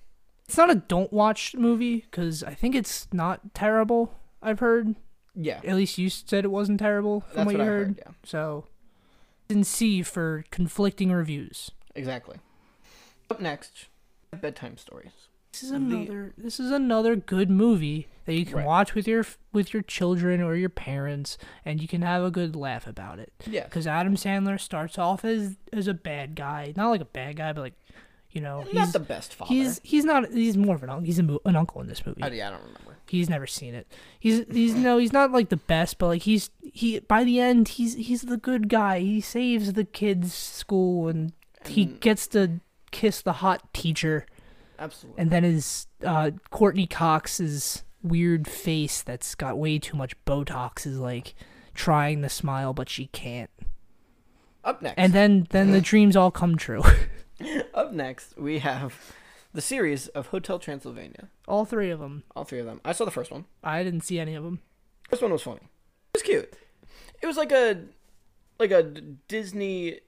Speaker 3: it's not a don't watch movie because I think it's not terrible. I've heard
Speaker 2: Yeah,
Speaker 3: at least you said it wasn't terrible from
Speaker 2: That's
Speaker 3: what you
Speaker 2: what I
Speaker 3: heard.
Speaker 2: heard, yeah.
Speaker 3: So didn't see for conflicting reviews.
Speaker 2: exactly. Up next, bedtime stories.
Speaker 3: This is another this is another good movie that you can
Speaker 2: Right.
Speaker 3: watch with your with your children or your parents and you can have a good laugh about it.
Speaker 2: Yes.
Speaker 3: Cuz Adam Sandler starts off as as a bad guy, not like a bad guy but like you know,
Speaker 2: Not
Speaker 3: he's
Speaker 2: the best father.
Speaker 3: he's he's not he's more of an uncle. He's a, mo- an uncle in this movie.
Speaker 2: I, yeah, I don't remember.
Speaker 3: He's never seen it. He's he's no he's not like the best, but like he's he by the end he's he's the good guy. He saves the kids' school and he gets to kiss the hot teacher,
Speaker 2: Absolutely.
Speaker 3: and then his uh, Courtney Cox's weird face that's got way too much Botox is like trying to smile but she can't.
Speaker 2: Up next.
Speaker 3: And then then the dreams all come true. *laughs*
Speaker 2: Up next, we have the series of Hotel Transylvania.
Speaker 3: all three of them.
Speaker 2: All three of them. I saw the first one.
Speaker 3: I didn't see any of them.
Speaker 2: This one was funny. It was cute. It was like a like a D- Disney.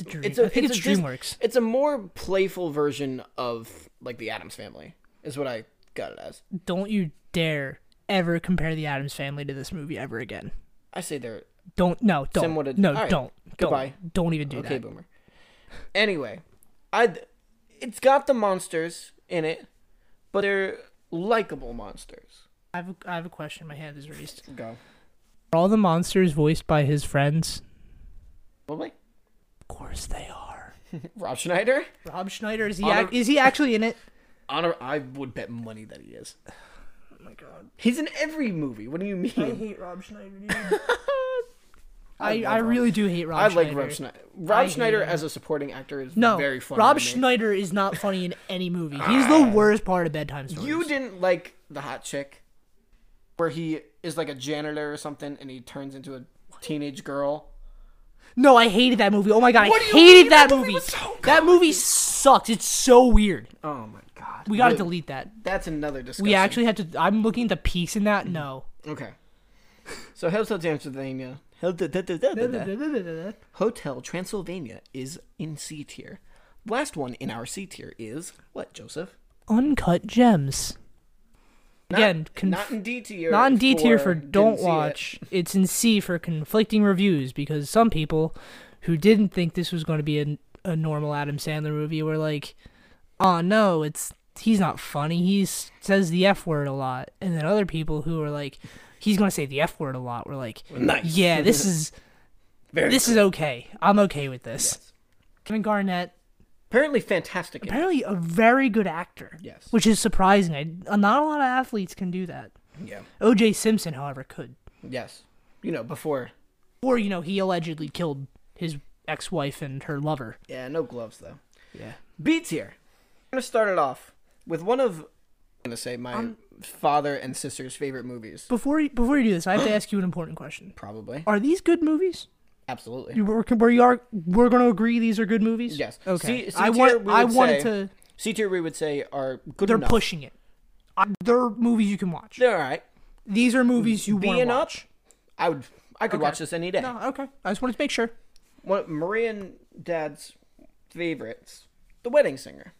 Speaker 3: It's a dream.
Speaker 2: It's a,
Speaker 3: I think it's,
Speaker 2: a Dis-
Speaker 3: DreamWorks.
Speaker 2: it's a more playful version of like the Adams Family is what I got it as.
Speaker 3: Don't you dare ever compare the Adams family to this movie ever again.
Speaker 2: I say they're
Speaker 3: Don't no don't
Speaker 2: Send what it-
Speaker 3: no
Speaker 2: all right.
Speaker 3: don't don't
Speaker 2: Goodbye.
Speaker 3: don't even do
Speaker 2: okay,
Speaker 3: that.
Speaker 2: boomer. Anyway, I it's got the monsters in it, but they're likable monsters.
Speaker 3: I have a, I have a question. My hand is raised.
Speaker 2: Go
Speaker 3: Are all the monsters voiced by his friends?
Speaker 2: probably
Speaker 3: Of course they are.
Speaker 2: Rob Schneider.
Speaker 3: Rob Schneider is he
Speaker 2: Honor-
Speaker 3: ac- is he actually in it?
Speaker 2: Honor, I would bet money that he is.
Speaker 3: *sighs* Oh my god,
Speaker 2: He's in every movie. What do you mean?
Speaker 3: hate Rob Schneider.
Speaker 2: I
Speaker 3: I,
Speaker 2: love
Speaker 3: I
Speaker 2: Rob
Speaker 3: really do hate Rob.
Speaker 2: I
Speaker 3: Schneider.
Speaker 2: like Rob Schneider.
Speaker 3: I
Speaker 2: Rob
Speaker 3: hate
Speaker 2: Schneider
Speaker 3: him.
Speaker 2: as a supporting actor is
Speaker 3: No,
Speaker 2: very funny.
Speaker 3: Rob
Speaker 2: to me. Ah.
Speaker 3: Schneider is not funny in any movie. He's the worst part of bedtime stories.
Speaker 2: You didn't like the hot chick, where he is like a janitor or something, and he turns into a teenage girl.
Speaker 3: No, I hated that movie. Oh my god,
Speaker 2: What
Speaker 3: I
Speaker 2: do you
Speaker 3: hated
Speaker 2: mean?
Speaker 3: that
Speaker 2: That movie
Speaker 3: movie.
Speaker 2: was so
Speaker 3: that movie sucks. It's so weird.
Speaker 2: Oh my god.
Speaker 3: We gotta
Speaker 2: Really?
Speaker 3: delete that.
Speaker 2: That's another discussion.
Speaker 3: We actually had to. I'm looking at the peaks in that.
Speaker 2: *laughs*
Speaker 3: No.
Speaker 2: okay. So Hotel Transylvania. Hotel Transylvania is in C tier. Last one in our C tier is what Joseph?
Speaker 3: Uncut gems. Again, conf-
Speaker 2: not in D tier.
Speaker 3: not in D tier for
Speaker 2: didn't
Speaker 3: don't
Speaker 2: see it.
Speaker 3: watch. It's in C for conflicting reviews because some people who didn't think this was going to be a, a normal Adam Sandler movie were like, "Oh no, it's he's not funny. He says the F word a lot." And then other people who were like, "He's going to say the F word a lot." were like,
Speaker 2: Nice.
Speaker 3: "Yeah, this is
Speaker 2: Very
Speaker 3: this is okay. I'm okay with this." Kevin Garnett
Speaker 2: apparently fantastic. in it.
Speaker 3: apparently a very good actor.
Speaker 2: Yes.
Speaker 3: Which is surprising. I, not a lot of athletes can do that.
Speaker 2: Yeah.
Speaker 3: O.J. Simpson, however, could.
Speaker 2: Yes. You know before.
Speaker 3: Or, you know, he allegedly killed his ex wife and her lover.
Speaker 2: Yeah. No gloves though.
Speaker 3: Yeah.
Speaker 2: B tier. I'm gonna start it off with one of I'm gonna say my
Speaker 3: Um,
Speaker 2: father and sister's favorite movies.
Speaker 3: Before you, before you do this, I have *gasps* to ask you an important question.
Speaker 2: Probably.
Speaker 3: Are these good movies?
Speaker 2: Absolutely.
Speaker 3: You were, were you are we're going to agree these are good movies?
Speaker 2: Yes.
Speaker 3: Okay.
Speaker 2: C- C
Speaker 3: I
Speaker 2: tier,
Speaker 3: want
Speaker 2: we
Speaker 3: I
Speaker 2: would
Speaker 3: wanted
Speaker 2: say-
Speaker 3: to
Speaker 2: C tier we would say are good
Speaker 3: they're
Speaker 2: enough.
Speaker 3: pushing it. I, they're movies you can watch.
Speaker 2: They're all right.
Speaker 3: These are movies you want to
Speaker 2: Being up,
Speaker 3: watch.
Speaker 2: I would. I could watch this any day.
Speaker 3: No, okay. I just wanted to make sure.
Speaker 2: One of Maria and Dad's favorites, The Wedding Singer.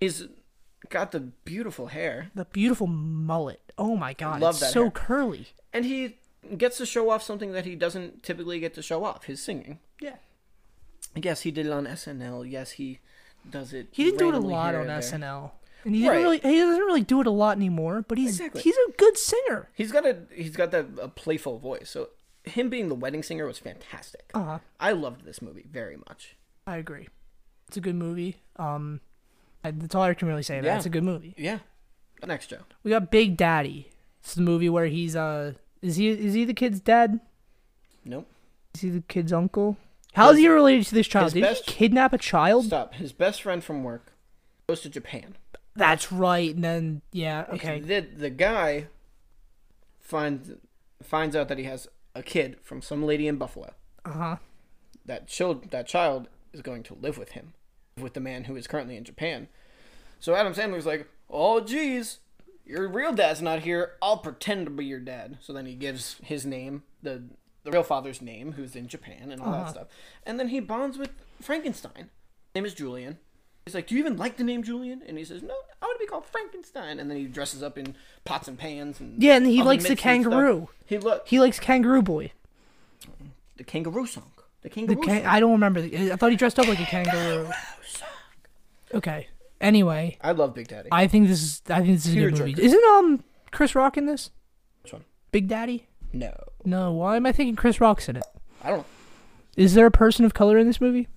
Speaker 2: He's got the beautiful hair,
Speaker 3: The beautiful mullet. Oh my god,
Speaker 2: Love
Speaker 3: it's
Speaker 2: that
Speaker 3: so
Speaker 2: hair.
Speaker 3: curly.
Speaker 2: and he gets to show off something that he doesn't typically get to show off: his singing.
Speaker 3: Yeah.
Speaker 2: Yes, he did it on SNL. Yes, he does it.
Speaker 3: He didn't do it a
Speaker 2: randomly
Speaker 3: lot
Speaker 2: here
Speaker 3: on
Speaker 2: and there.
Speaker 3: SNL. And he
Speaker 2: Right.
Speaker 3: didn't really he doesn't really do it a lot anymore, but he's
Speaker 2: Exactly.
Speaker 3: he's a good singer.
Speaker 2: He's got a he's got that a playful voice. So him being the wedding singer was fantastic.
Speaker 3: Uh-huh.
Speaker 2: I loved this movie very much.
Speaker 3: I agree. It's a good movie. Um I- that's all I can really say about
Speaker 2: Yeah.
Speaker 3: it. It's a good movie.
Speaker 2: Yeah. Next Joe.
Speaker 3: We got Big Daddy. It's the movie where he's uh is he is he the kid's dad?
Speaker 2: Nope.
Speaker 3: Is he the kid's uncle? How is he related to this child?
Speaker 2: his
Speaker 3: Did
Speaker 2: best-
Speaker 3: he kidnap a child?
Speaker 2: Stop. His best friend from work goes to Japan.
Speaker 3: That's right. And then yeah, okay.
Speaker 2: The the guy finds finds out that he has a kid from some lady in Buffalo.
Speaker 3: Uh-huh.
Speaker 2: That child that child is going to live with him, with the man who is currently in Japan. So Adam Sandler's like, "Oh geez, your real dad's not here. I'll pretend to be your dad." So then he gives his name, the the real father's name, who's in Japan and all
Speaker 3: Uh-huh.
Speaker 2: that stuff. And then he bonds with Frankenstein. His name is Julian. He's like, "Do you even like the name Julian?" And he says, "No, I want to be called Frankenstein." And then he dresses up in pots and pans and
Speaker 3: Yeah, and he
Speaker 2: other
Speaker 3: likes the
Speaker 2: mitts and stuff.
Speaker 3: kangaroo.
Speaker 2: He look
Speaker 3: He likes Kangaroo Boy.
Speaker 2: the kangaroo song. The
Speaker 3: The
Speaker 2: kangaroo.
Speaker 3: can-
Speaker 2: song.
Speaker 3: I don't remember. The- I thought he dressed up like a kangaroo. Okay. Anyway,
Speaker 2: I love Big Daddy.
Speaker 3: I think this is. I think this is a good movie.
Speaker 2: Tearjerker.
Speaker 3: Isn't um Chris Rock in this?
Speaker 2: Which one?
Speaker 3: Big Daddy?
Speaker 2: No,
Speaker 3: No. Why am I thinking Chris Rock's in it?
Speaker 2: I don't.
Speaker 3: Is there a person of color in this movie?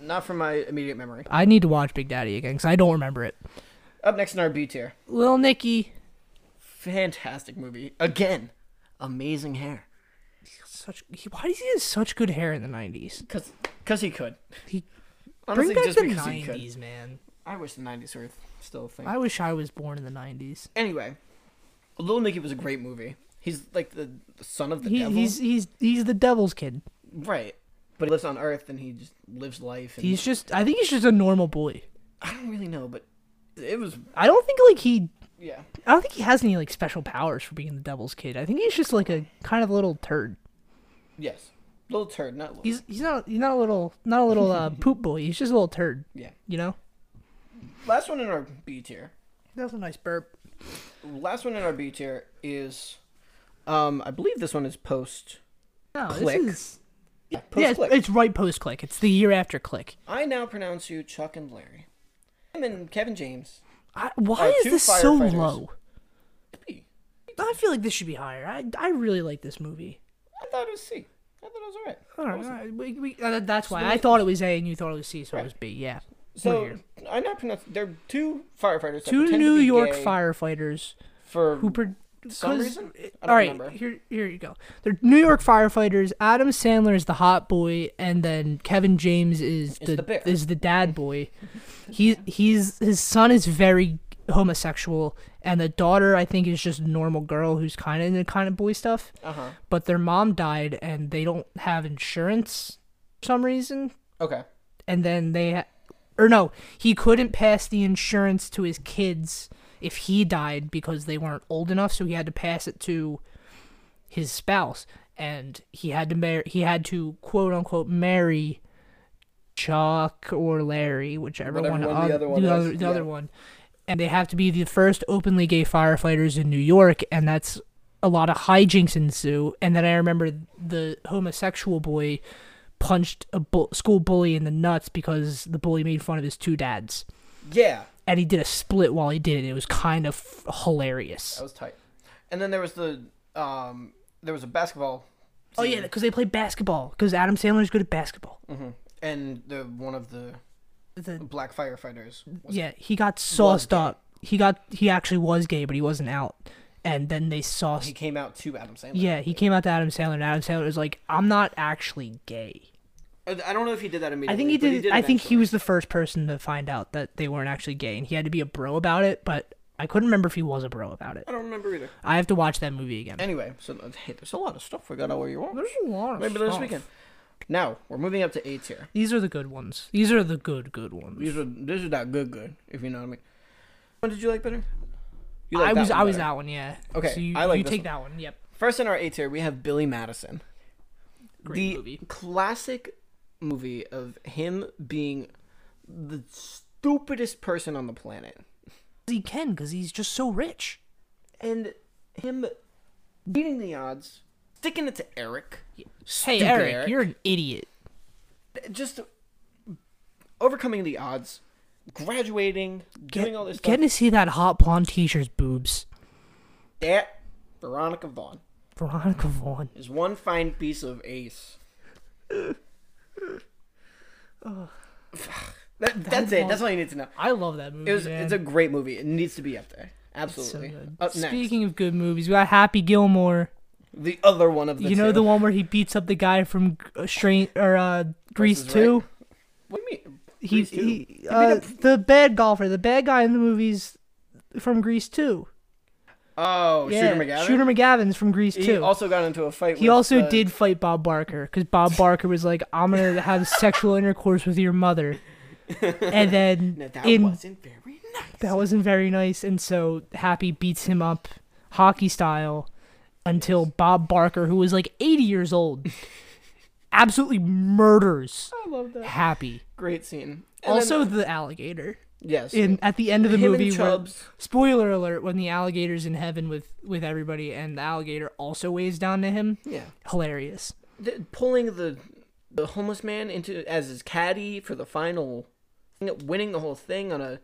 Speaker 2: Not from my immediate memory.
Speaker 3: I need to watch Big Daddy again because I don't remember it.
Speaker 2: Up next in our B tier.
Speaker 3: Lil Nicky.
Speaker 2: fantastic movie. Again, amazing hair.
Speaker 3: Such. He, why does he have such good hair in the nineties?
Speaker 2: Cause, cause he could.
Speaker 3: He bring
Speaker 2: Honestly,
Speaker 3: back
Speaker 2: just
Speaker 3: the
Speaker 2: because he could.
Speaker 3: nineties, man.
Speaker 2: I wish the '90s were still a thing.
Speaker 3: I wish I was born in the nineties.
Speaker 2: Anyway, Little Nicky was a great movie. He's like the, the son of the
Speaker 3: He,
Speaker 2: devil,
Speaker 3: he's he's he's the devil's kid.
Speaker 2: right? But he lives on Earth and he just lives life. And
Speaker 3: He's just. I think he's just a normal boy.
Speaker 2: I don't really know, but it was
Speaker 3: I don't think like he
Speaker 2: yeah.
Speaker 3: I don't think he has any like special powers for being the devil's kid. I think he's just like a kind of little turd.
Speaker 2: Yes, little turd, not little.
Speaker 3: He's he's not he's not a little not a little *laughs* uh, poop boy. He's just a little turd.
Speaker 2: yeah.
Speaker 3: You know.
Speaker 2: Last one in our B tier.
Speaker 3: That was a nice burp.
Speaker 2: Last one in our B tier is, um, I believe this one is post.
Speaker 3: No, this
Speaker 2: Click.
Speaker 3: is-
Speaker 2: Yeah,
Speaker 3: yeah,
Speaker 2: post
Speaker 3: it's,
Speaker 2: click.
Speaker 3: it's right post click. It's the year after click.
Speaker 2: I now pronounce you Chuck and Larry. Him and Kevin James.
Speaker 3: I, why is
Speaker 2: two
Speaker 3: this so
Speaker 2: firefighters.
Speaker 3: low?
Speaker 2: B.
Speaker 3: I feel like this should be higher. I I really like this movie.
Speaker 2: I thought it was C. I thought it was alright.
Speaker 3: All right, all right. We, we, uh, that's why I thought it was A and you thought it was C, so it was B. Yeah.
Speaker 2: So
Speaker 3: Weird.
Speaker 2: I now pronounce they're two firefighters. that
Speaker 3: two
Speaker 2: pretend to
Speaker 3: New
Speaker 2: be
Speaker 3: York
Speaker 2: gay
Speaker 3: firefighters
Speaker 2: for
Speaker 3: who pro-
Speaker 2: some
Speaker 3: 'cause-
Speaker 2: reason. I don't
Speaker 3: All right,
Speaker 2: remember.
Speaker 3: here here you go. They're New York firefighters. Adam Sandler is the hot boy, and then Kevin James is the,
Speaker 2: the bear.
Speaker 3: is the
Speaker 2: *laughs*
Speaker 3: dad boy. He he's his son is very homosexual, and the daughter I think is just a normal girl who's kind of into kind of boy stuff.
Speaker 2: Uh huh.
Speaker 3: But their mom died, and they don't have insurance for some reason,
Speaker 2: Okay.
Speaker 3: and then they ha- or no, he couldn't pass the insurance to his kids if he died because they weren't old enough, so he had to pass it to his spouse and he had to marry he had to quote unquote marry Chuck or Larry, whichever
Speaker 2: Whatever
Speaker 3: one,
Speaker 2: one
Speaker 3: oth-
Speaker 2: the other one
Speaker 3: the,
Speaker 2: is,
Speaker 3: other, the
Speaker 2: yeah.
Speaker 3: other one and they have to be the first openly gay firefighters in New York, and that's a lot of hijinks ensue. And then I remember the homosexual boy punched a bu- school bully in the nuts because the bully made fun of his two dads,
Speaker 2: Yeah,
Speaker 3: and he did a split while he did it. It was kind of hilarious.
Speaker 2: that was tight. And then there was the um, there was a basketball.
Speaker 3: Oh yeah, because they play basketball. Because Adam Sandler's good at basketball.
Speaker 2: hmm And the one of the
Speaker 3: The-
Speaker 2: black firefighters. Was,
Speaker 3: yeah, he got sauced up. He got he actually was gay, but he wasn't out. And then they sauced
Speaker 2: He came out to Adam Sandler.
Speaker 3: Yeah, he came out to Adam Sandler, and Adam Sandler was like, "I'm not actually gay."
Speaker 2: I I don't know if he did that immediately.
Speaker 3: I think he
Speaker 2: but
Speaker 3: did. I think he
Speaker 2: eventually.
Speaker 3: was the first person to find out that they weren't actually gay, and he had to be a bro about it. But I couldn't remember if he was a bro about it.
Speaker 2: I don't remember either.
Speaker 3: I have to watch that movie again.
Speaker 2: Anyway, so uh, hey, there's a lot of stuff we got over you want.
Speaker 3: There's a lot of
Speaker 2: Maybe
Speaker 3: stuff.
Speaker 2: this weekend. Now we're moving up to A tier.
Speaker 3: These are the good ones. These are the good, good ones.
Speaker 2: These are this is that good good if you know what I mean. What did you like better? You
Speaker 3: I
Speaker 2: liked that
Speaker 3: was,
Speaker 2: one
Speaker 3: I was
Speaker 2: better.
Speaker 3: that one. Yeah.
Speaker 2: Okay,
Speaker 3: So you,
Speaker 2: I like
Speaker 3: you
Speaker 2: this
Speaker 3: take
Speaker 2: one.
Speaker 3: that one. Yep.
Speaker 2: First in our A tier, we have Billy Madison.
Speaker 3: Great
Speaker 2: the
Speaker 3: movie.
Speaker 2: classic movie of him being the stupidest person on the planet
Speaker 3: He can because he's just so rich.
Speaker 2: and him beating the odds, sticking it to Eric.
Speaker 3: Hey
Speaker 2: Stupid
Speaker 3: Eric, you're an idiot.
Speaker 2: just overcoming the odds, graduating, doing all this stuff.
Speaker 3: Getting to see that hot blonde teacher's boobs.
Speaker 2: That Veronica Vaughn
Speaker 3: Veronica Vaughn.
Speaker 2: is one fine piece of
Speaker 3: *sighs*
Speaker 2: ace. That, that's it. That's all you need to know.
Speaker 3: I love that movie.
Speaker 2: It was.
Speaker 3: man.
Speaker 2: It's a great movie. It needs to be up there.
Speaker 3: So
Speaker 2: Absolutely.
Speaker 3: good.
Speaker 2: up next,
Speaker 3: Speaking of good movies, we got Happy Gilmore.
Speaker 2: the other one of the
Speaker 3: you know
Speaker 2: two.
Speaker 3: the one where he beats up the guy from uh, Strain or uh, Grease
Speaker 2: is Right.
Speaker 3: Two.
Speaker 2: What do you mean?
Speaker 3: He,
Speaker 2: Grease two?
Speaker 3: he uh, the bad golfer, the bad guy in the movies from Grease Two.
Speaker 2: Oh,
Speaker 3: Yeah,
Speaker 2: Shooter McGavin.
Speaker 3: Shooter McGavin's from Grease
Speaker 2: He
Speaker 3: Two.
Speaker 2: also got into a fight.
Speaker 3: He
Speaker 2: with,
Speaker 3: also
Speaker 2: uh,
Speaker 3: did fight Bob Barker because
Speaker 2: *laughs*
Speaker 3: Bob Barker was like, "I'm gonna have sexual intercourse with your
Speaker 2: *laughs*
Speaker 3: mother," and then
Speaker 2: No, that
Speaker 3: in
Speaker 2: wasn't very nice.
Speaker 3: that wasn't very nice. And so Happy beats him up hockey style until Bob Barker, who was like 80 years old, *laughs* absolutely murders
Speaker 2: I love that.
Speaker 3: Happy.
Speaker 2: Great scene. And
Speaker 3: Also,
Speaker 2: then-
Speaker 3: the alligator
Speaker 2: yes.
Speaker 3: in at the end of the
Speaker 2: Him and
Speaker 3: movie. where-
Speaker 2: Chubbs.
Speaker 3: spoiler alert: when the alligator's in heaven with with everybody, and the alligator also weighs down to him.
Speaker 2: yeah.
Speaker 3: Hilarious.
Speaker 2: the, pulling the the homeless man into as his caddy for the final thing, winning the whole thing on a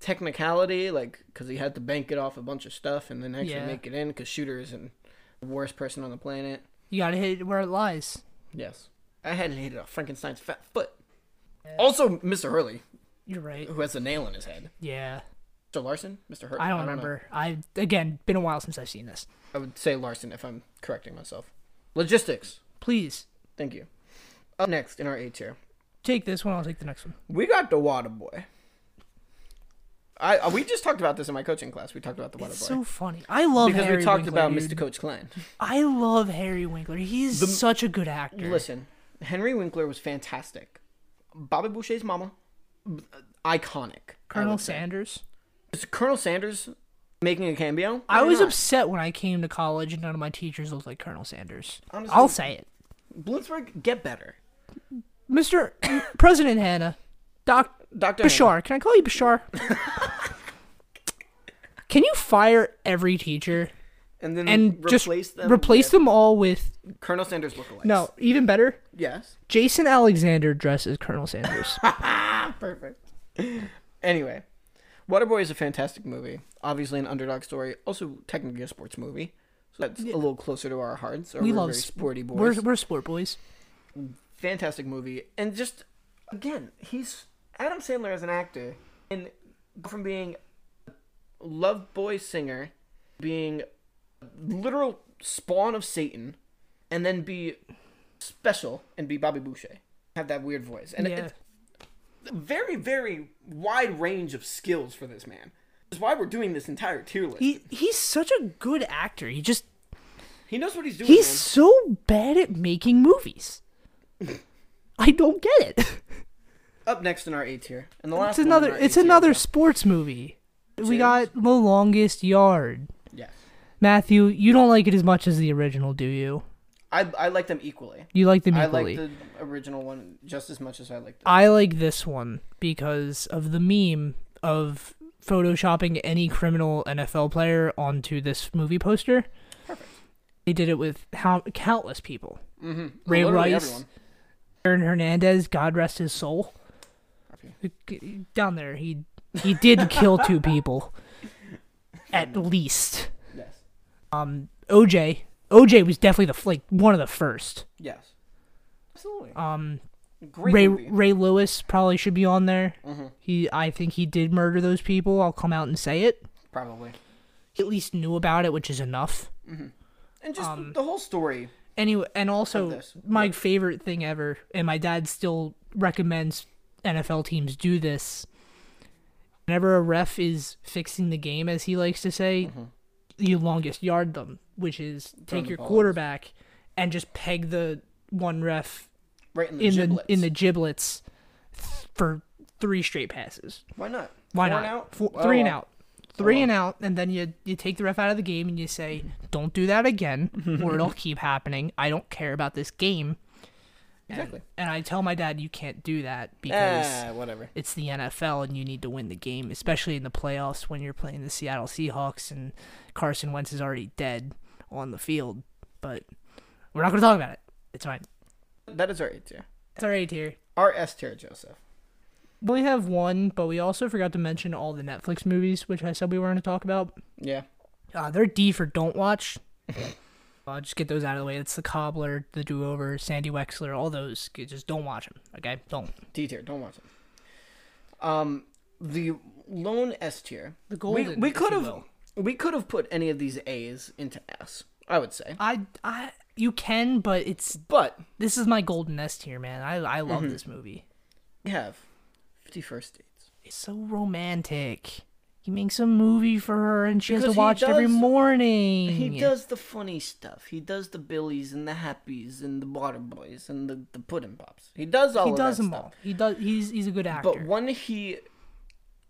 Speaker 2: technicality like because he had to bank it off a bunch of stuff and then actually
Speaker 3: Yeah.
Speaker 2: make it in because shooter isn't the worst person on the planet
Speaker 3: You gotta hit it where it lies.
Speaker 2: yes i hadn't hit it off frankenstein's fat foot also mr hurley
Speaker 3: You're right.
Speaker 2: who has a nail in his head
Speaker 3: Yeah,
Speaker 2: so larson mr hurley
Speaker 3: I don't
Speaker 2: know.
Speaker 3: remember. I again, been a while since I've seen this.
Speaker 2: i would say larson if i'm correcting myself logistics
Speaker 3: Please
Speaker 2: thank you up next in our a tier
Speaker 3: take this one. I'll take the next one.
Speaker 2: We got the water boy. I uh, we just talked about this in my coaching class. We talked about the water
Speaker 3: It's
Speaker 2: boy
Speaker 3: so funny. I love
Speaker 2: because
Speaker 3: Harry
Speaker 2: we talked
Speaker 3: Winkler,
Speaker 2: about
Speaker 3: dude.
Speaker 2: Mr. Coach Klein.
Speaker 3: I love Harry Winkler. He's such a good actor.
Speaker 2: *laughs* Listen, Henry Winkler was fantastic. Bobby Boucher's mama, b- iconic. I
Speaker 3: Colonel
Speaker 2: would say.
Speaker 3: Sanders.
Speaker 2: Is Colonel Sanders making a cameo?
Speaker 3: I
Speaker 2: Why
Speaker 3: was
Speaker 2: not?
Speaker 3: upset when I came to college and none of my teachers looked like Colonel Sanders.
Speaker 2: Honestly-
Speaker 3: I'll say it,
Speaker 2: Bloomsburg, get better. *laughs*
Speaker 3: Mr. President Hannah, Doc
Speaker 2: Doctor
Speaker 3: Bashar. Can I call you
Speaker 2: *laughs*
Speaker 3: Bashar? Can you fire every teacher
Speaker 2: and then
Speaker 3: and
Speaker 2: replace
Speaker 3: just
Speaker 2: them.
Speaker 3: replace them all with
Speaker 2: with Colonel Sanders lookalikes.
Speaker 3: no? Even better,
Speaker 2: Yes.
Speaker 3: Jason Alexander dresses Colonel Sanders.
Speaker 2: *laughs* Perfect. anyway, Waterboy is a fantastic movie. Obviously, an underdog story. Also, technically a sports movie. So that's a little closer to our hearts. Or
Speaker 3: we
Speaker 2: we're
Speaker 3: love
Speaker 2: very
Speaker 3: s-
Speaker 2: sporty boys.
Speaker 3: We're, we're sport boys.
Speaker 2: Fantastic movie. And just, again, he's Adam Sandler as an actor. And from being a love boy singer, being a literal spawn of Satan, and then be special and be Bobby Boucher. Have that weird voice. And
Speaker 3: yeah.
Speaker 2: it's very, very wide range of skills for this man. Which is why we're doing this entire tier list. He,
Speaker 3: He he's such a good actor. He just
Speaker 2: knows what he's doing.
Speaker 3: he's
Speaker 2: man.
Speaker 3: so bad at making
Speaker 2: *laughs*
Speaker 3: movies. I don't get it.
Speaker 2: up next in our A tier, and the last.
Speaker 3: It's
Speaker 2: one in
Speaker 3: another
Speaker 2: our
Speaker 3: it's
Speaker 2: A tier.
Speaker 3: another sports movie. We got The Longest Yard.
Speaker 2: Yes,
Speaker 3: Matthew, you don't like it as much as the original, do you?
Speaker 2: I I like them equally.
Speaker 3: You like them
Speaker 2: I
Speaker 3: equally.
Speaker 2: like the original
Speaker 3: Uh,
Speaker 2: one just as much as I like. The,
Speaker 3: I like this one because of the meme of photoshopping any criminal NFL player onto this movie poster. They did it with how countless people.
Speaker 2: Mm-hmm.
Speaker 3: Ray Rice. Aaron Hernandez, God rest his soul. Down there, he he did kill two people, at least.
Speaker 2: Yes.
Speaker 3: Um, OJ, OJ was definitely the f- like one of the first.
Speaker 2: Yes. Absolutely.
Speaker 3: Um,
Speaker 2: Great
Speaker 3: Ray
Speaker 2: movie.
Speaker 3: Ray Lewis probably should be on there.
Speaker 2: Mhm.
Speaker 3: He, I think he did murder those people. I'll come out and say it.
Speaker 2: Probably.
Speaker 3: He at least knew about it, which is enough.
Speaker 2: And just
Speaker 3: um,
Speaker 2: the whole story.
Speaker 3: Anyway, and also
Speaker 2: this.
Speaker 3: my favorite thing ever, and my dad still recommends NFL teams do this. Whenever a ref is fixing the game, as he likes to say, you longest yard them, which is take
Speaker 2: Mm-hmm. the
Speaker 3: your
Speaker 2: ball.
Speaker 3: quarterback and just peg the one ref
Speaker 2: Right in the
Speaker 3: in
Speaker 2: giblets.
Speaker 3: the in the giblets th- for three straight passes.
Speaker 2: Why not?
Speaker 3: Why
Speaker 2: Four
Speaker 3: not?
Speaker 2: and out?
Speaker 3: Four,
Speaker 2: Oh,
Speaker 3: three and
Speaker 2: well.
Speaker 3: out. Three and out, and then you you take the ref out of the game and you say,
Speaker 2: Mm-hmm.
Speaker 3: "Don't do that
Speaker 2: *laughs*
Speaker 3: again, or it'll keep happening. I don't care about this game." And-
Speaker 2: Exactly.
Speaker 3: And, I tell my dad, "You can't do that because
Speaker 2: Ah, whatever.
Speaker 3: it's the NFL and you need to win the game, especially in the playoffs when you're playing the Seattle Seahawks and Carson Wentz is already dead on the field." But we're not going to talk about it. It's fine.
Speaker 2: That is our A tier.
Speaker 3: It's our A tier.
Speaker 2: Our S tier, Joseph.
Speaker 3: We only have one, but we also forgot to mention all the Netflix movies, which I said we were going to talk about.
Speaker 2: Yeah.
Speaker 3: Uh, they're D for don't watch. *laughs* uh, just get those out of the way. It's the Cobbler, the Do Over, Sandy Wexler, all those. G- Just don't watch them. Okay, don't.
Speaker 2: D tier. Don't watch it. Um, the lone S tier.
Speaker 3: The
Speaker 2: We,
Speaker 3: golden,
Speaker 2: we
Speaker 3: if
Speaker 2: could
Speaker 3: you
Speaker 2: have
Speaker 3: will.
Speaker 2: we could have put any of these A's into S. I would say,
Speaker 3: I, I, you can, but it's
Speaker 2: but
Speaker 3: this is my golden nest here, man. I, I
Speaker 2: Mm-hmm.
Speaker 3: love this movie.
Speaker 2: we have Fifty First Dates.
Speaker 3: It's so romantic. He makes a movie for her, and she has
Speaker 2: Because
Speaker 3: to
Speaker 2: he
Speaker 3: watch it every
Speaker 2: does-
Speaker 3: morning.
Speaker 2: He does the funny stuff. He does the Billies and the Happies and the Water Boys and the the Puddin Pops. He does all
Speaker 3: He
Speaker 2: of
Speaker 3: does
Speaker 2: that
Speaker 3: them
Speaker 2: stuff.
Speaker 3: all. He does. He's he's a good actor.
Speaker 2: But when he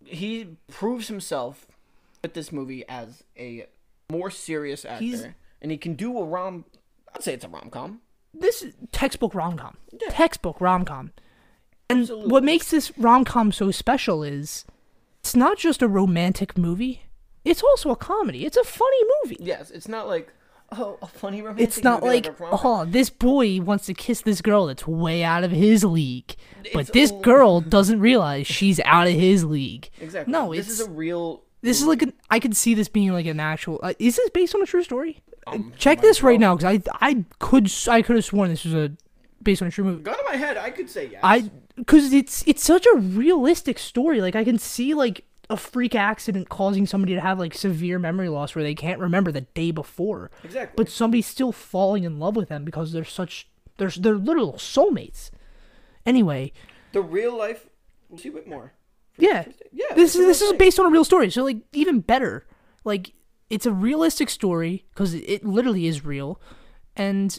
Speaker 2: he proves himself with this movie as a more serious actor,
Speaker 3: He's-
Speaker 2: and he can do a rom. I'd say it's a rom com.
Speaker 3: this is textbook rom com. Textbook rom com. And
Speaker 2: Absolutely.
Speaker 3: what makes this rom com so special is it's not just a romantic movie, it's also a comedy. It's a funny movie.
Speaker 2: Yes, it's not like oh a funny romantic.
Speaker 3: It's not
Speaker 2: movie,
Speaker 3: like,
Speaker 2: a rom-com.
Speaker 3: oh, this boy wants to kiss this girl that's way out of his league. But
Speaker 2: It's
Speaker 3: this
Speaker 2: all- *laughs*
Speaker 3: girl doesn't realize she's out of his league.
Speaker 2: exactly.
Speaker 3: No,
Speaker 2: this is
Speaker 3: it's-
Speaker 2: a real.
Speaker 3: This is like an, I could see this being like an actual. Uh, is this based on a true story?
Speaker 2: Um,
Speaker 3: Check this right now because I I could s- I could have sworn this was a based on a true movie.
Speaker 2: Gun in my head, I could say yes.
Speaker 3: I because it's it's such a realistic story. Like I can see like a freak accident causing somebody to have like severe memory loss where they can't remember the day before.
Speaker 2: Exactly.
Speaker 3: But somebody's still falling in love with them because they're such they're they're literal soulmates. Anyway,
Speaker 2: the real life. Lucy Whitmore.
Speaker 3: yeah,
Speaker 2: Yeah,
Speaker 3: This
Speaker 2: it's a
Speaker 3: is this
Speaker 2: real
Speaker 3: is
Speaker 2: thing.
Speaker 3: based on a real story, so like even better. Like it's a realistic story because it, it literally is real, and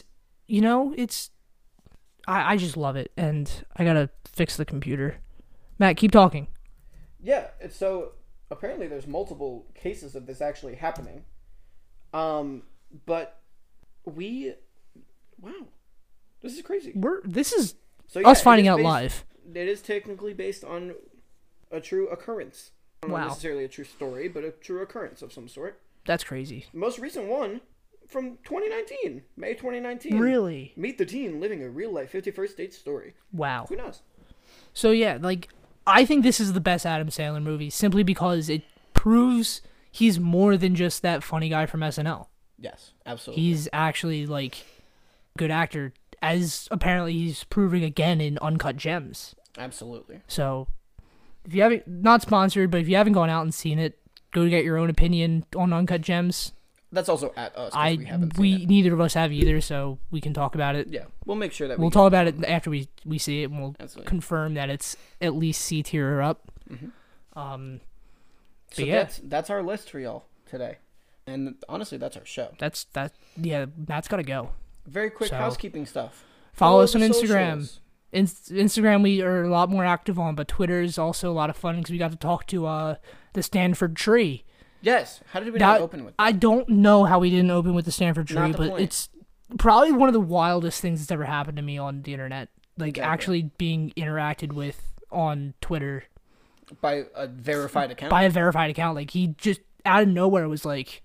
Speaker 3: you know it's. I I just love it, and I gotta fix the computer. Matt, keep talking.
Speaker 2: Yeah, it's so apparently there's multiple cases of this actually happening. Um, but we, wow, this is crazy.
Speaker 3: We're this is
Speaker 2: So
Speaker 3: us
Speaker 2: yeah, it
Speaker 3: finding
Speaker 2: is
Speaker 3: out
Speaker 2: based-
Speaker 3: live.
Speaker 2: It is technically based on a true occurrence. Not
Speaker 3: Wow.
Speaker 2: necessarily a true story, but a true occurrence of some sort.
Speaker 3: That's crazy.
Speaker 2: The most recent one from 2019, May 2019.
Speaker 3: Really?
Speaker 2: Meet the teen living a real life 51st date story.
Speaker 3: Wow.
Speaker 2: Who knows?
Speaker 3: So yeah, like I think this is the best Adam Sandler movie simply because it proves he's more than just that funny guy from SNL.
Speaker 2: Yes, absolutely.
Speaker 3: He's actually like a good actor as apparently he's proving again in Uncut Gems.
Speaker 2: Absolutely.
Speaker 3: So if you haven't not sponsored, but if you haven't gone out and seen it, go get your own opinion on Uncut Gems.
Speaker 2: That's also at us. 'cause
Speaker 3: I
Speaker 2: we haven't seen
Speaker 3: we
Speaker 2: it.
Speaker 3: neither of us have either, so we can talk about it.
Speaker 2: yeah, we'll make sure that
Speaker 3: We'll
Speaker 2: we
Speaker 3: talk about it after we, we see it, and we'll
Speaker 2: Absolutely.
Speaker 3: confirm that it's at least C tier or up. Um, but
Speaker 2: So
Speaker 3: yeah,
Speaker 2: that's that's our list for y'all today. And honestly, that's our show.
Speaker 3: that's that. Yeah, Matt's gotta go.
Speaker 2: Very quick
Speaker 3: So-
Speaker 2: housekeeping stuff.
Speaker 3: Follow, us on
Speaker 2: the
Speaker 3: Instagram.
Speaker 2: socials.
Speaker 3: In- Instagram, we are a lot more active on, but Twitter is also a lot of fun because we got to talk to uh the Stanford tree.
Speaker 2: Yes. How did we
Speaker 3: That-
Speaker 2: not open with?
Speaker 3: I don't know how we didn't open with the Stanford tree,
Speaker 2: Not the
Speaker 3: but
Speaker 2: point.
Speaker 3: it's probably one of the wildest things that's ever happened to me on the internet. Like actually being interacted with on Twitter
Speaker 2: by a verified account.
Speaker 3: by a verified account. Like he just out of nowhere was like,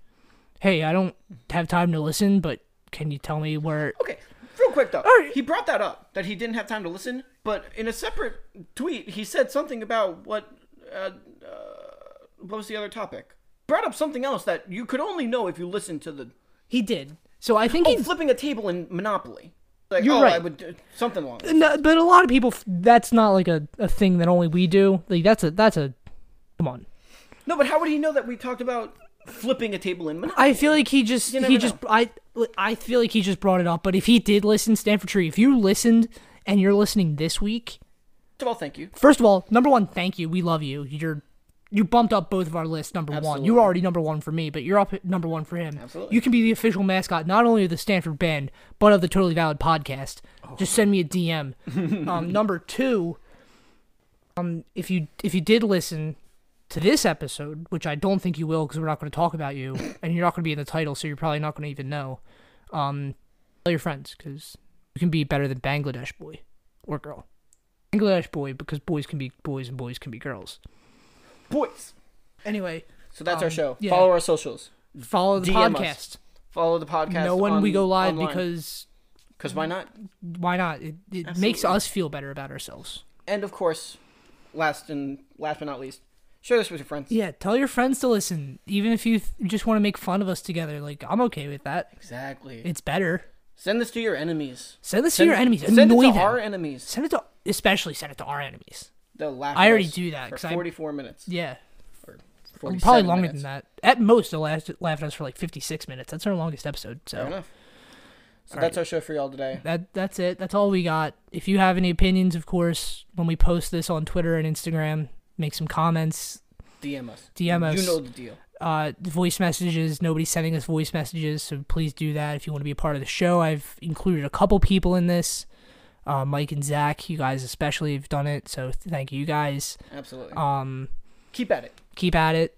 Speaker 3: "Hey, I don't have time to listen, but can you tell me where?"
Speaker 2: okay, real quick though,
Speaker 3: Alright.
Speaker 2: he brought that up that he didn't have time to listen, but in a separate tweet, he said something about what uh, uh, what was the other topic? Brought up something else that you could only know if you listened to the
Speaker 3: He did. So I think
Speaker 2: oh,
Speaker 3: he.
Speaker 2: flipping a table in Monopoly. Like,
Speaker 3: You're
Speaker 2: oh, I
Speaker 3: right.
Speaker 2: would do something along. those-
Speaker 3: No, but a lot of people, f- that's not like a, a thing that only we do. Like that's a that's a, come on.
Speaker 2: No, but how would he know that we talked about flipping a table in Monopoly?
Speaker 3: I feel like he just
Speaker 2: never
Speaker 3: he just I I feel like he just brought it up. But if he did listen, Stanford Tree, if you listened and you're listening this week,
Speaker 2: First of all, thank you.
Speaker 3: first of all, number one, thank you. We love you. You're you bumped up both of our lists. Number one, you
Speaker 2: Absolutely.
Speaker 3: were already number one for me, but you're up at number one for him.
Speaker 2: Absolutely.
Speaker 3: You can be the official mascot not only of the Stanford band but of the Totally Valid podcast.
Speaker 2: Oh.
Speaker 3: Just send me a DM.
Speaker 2: *laughs*
Speaker 3: um, number two, um, if you if you did listen to this episode, which I don't think you will because we're not going to talk about
Speaker 2: *laughs*
Speaker 3: you and you're not going to be in the title, so you're probably not going to even know. Um, tell your friends because you can be better than Bangladesh boy or girl. Bangladesh boy because boys can be boys and boys can be girls.
Speaker 2: Boys.
Speaker 3: Anyway,
Speaker 2: So that's our
Speaker 3: Um,
Speaker 2: show.
Speaker 3: yeah.
Speaker 2: Follow our socials.
Speaker 3: follow the
Speaker 2: DM
Speaker 3: podcast.
Speaker 2: us. Follow the podcast.
Speaker 3: No when
Speaker 2: on-
Speaker 3: we go live
Speaker 2: online.
Speaker 3: because
Speaker 2: 'Cause why not?
Speaker 3: why not? It, it makes us feel better about ourselves.
Speaker 2: And of course, last and last but not least, share this with your friends.
Speaker 3: Yeah, tell your friends to listen, even if you th- just want to make fun of us together. Like I'm okay with that.
Speaker 2: Exactly.
Speaker 3: It's better.
Speaker 2: Send this to your enemies.
Speaker 3: Send this
Speaker 2: Send-
Speaker 3: to your enemies.
Speaker 2: Send
Speaker 3: Annoy
Speaker 2: it to
Speaker 3: them.
Speaker 2: our enemies.
Speaker 3: send it to especially send it to our enemies.
Speaker 2: They'll laugh.
Speaker 3: I
Speaker 2: at
Speaker 3: already
Speaker 2: us
Speaker 3: do that, 'cause
Speaker 2: for
Speaker 3: I'm-
Speaker 2: forty-four minutes.
Speaker 3: Yeah,
Speaker 2: Probably
Speaker 3: probably longer than that. At most, they'll last, laugh at us for like 56 minutes. That's our longest episode.
Speaker 2: Fair
Speaker 3: So
Speaker 2: enough. So that's our show for y'all today.
Speaker 3: that that's it. That's all we got. If you have any opinions, of course, when we post this on Twitter and Instagram, make some comments.
Speaker 2: DM us.
Speaker 3: DM us.
Speaker 2: You know the deal.
Speaker 3: uh, voice messages. Nobody's sending us voice messages, so please do that if you want to be a part of the show. I've included a couple people in this. Uh, Mike and Zach, you guys especially have done it, so th- thank you guys.
Speaker 2: Absolutely.
Speaker 3: Um,
Speaker 2: Keep at it.
Speaker 3: keep at it.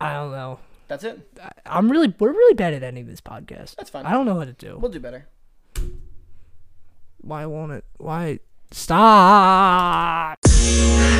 Speaker 3: I don't know.
Speaker 2: That's it.
Speaker 3: I'm really, we're really bad at ending this podcast.
Speaker 2: That's fine.
Speaker 3: I don't know how to do.
Speaker 2: We'll do better.
Speaker 3: Why won't it? Why stop?
Speaker 4: Thank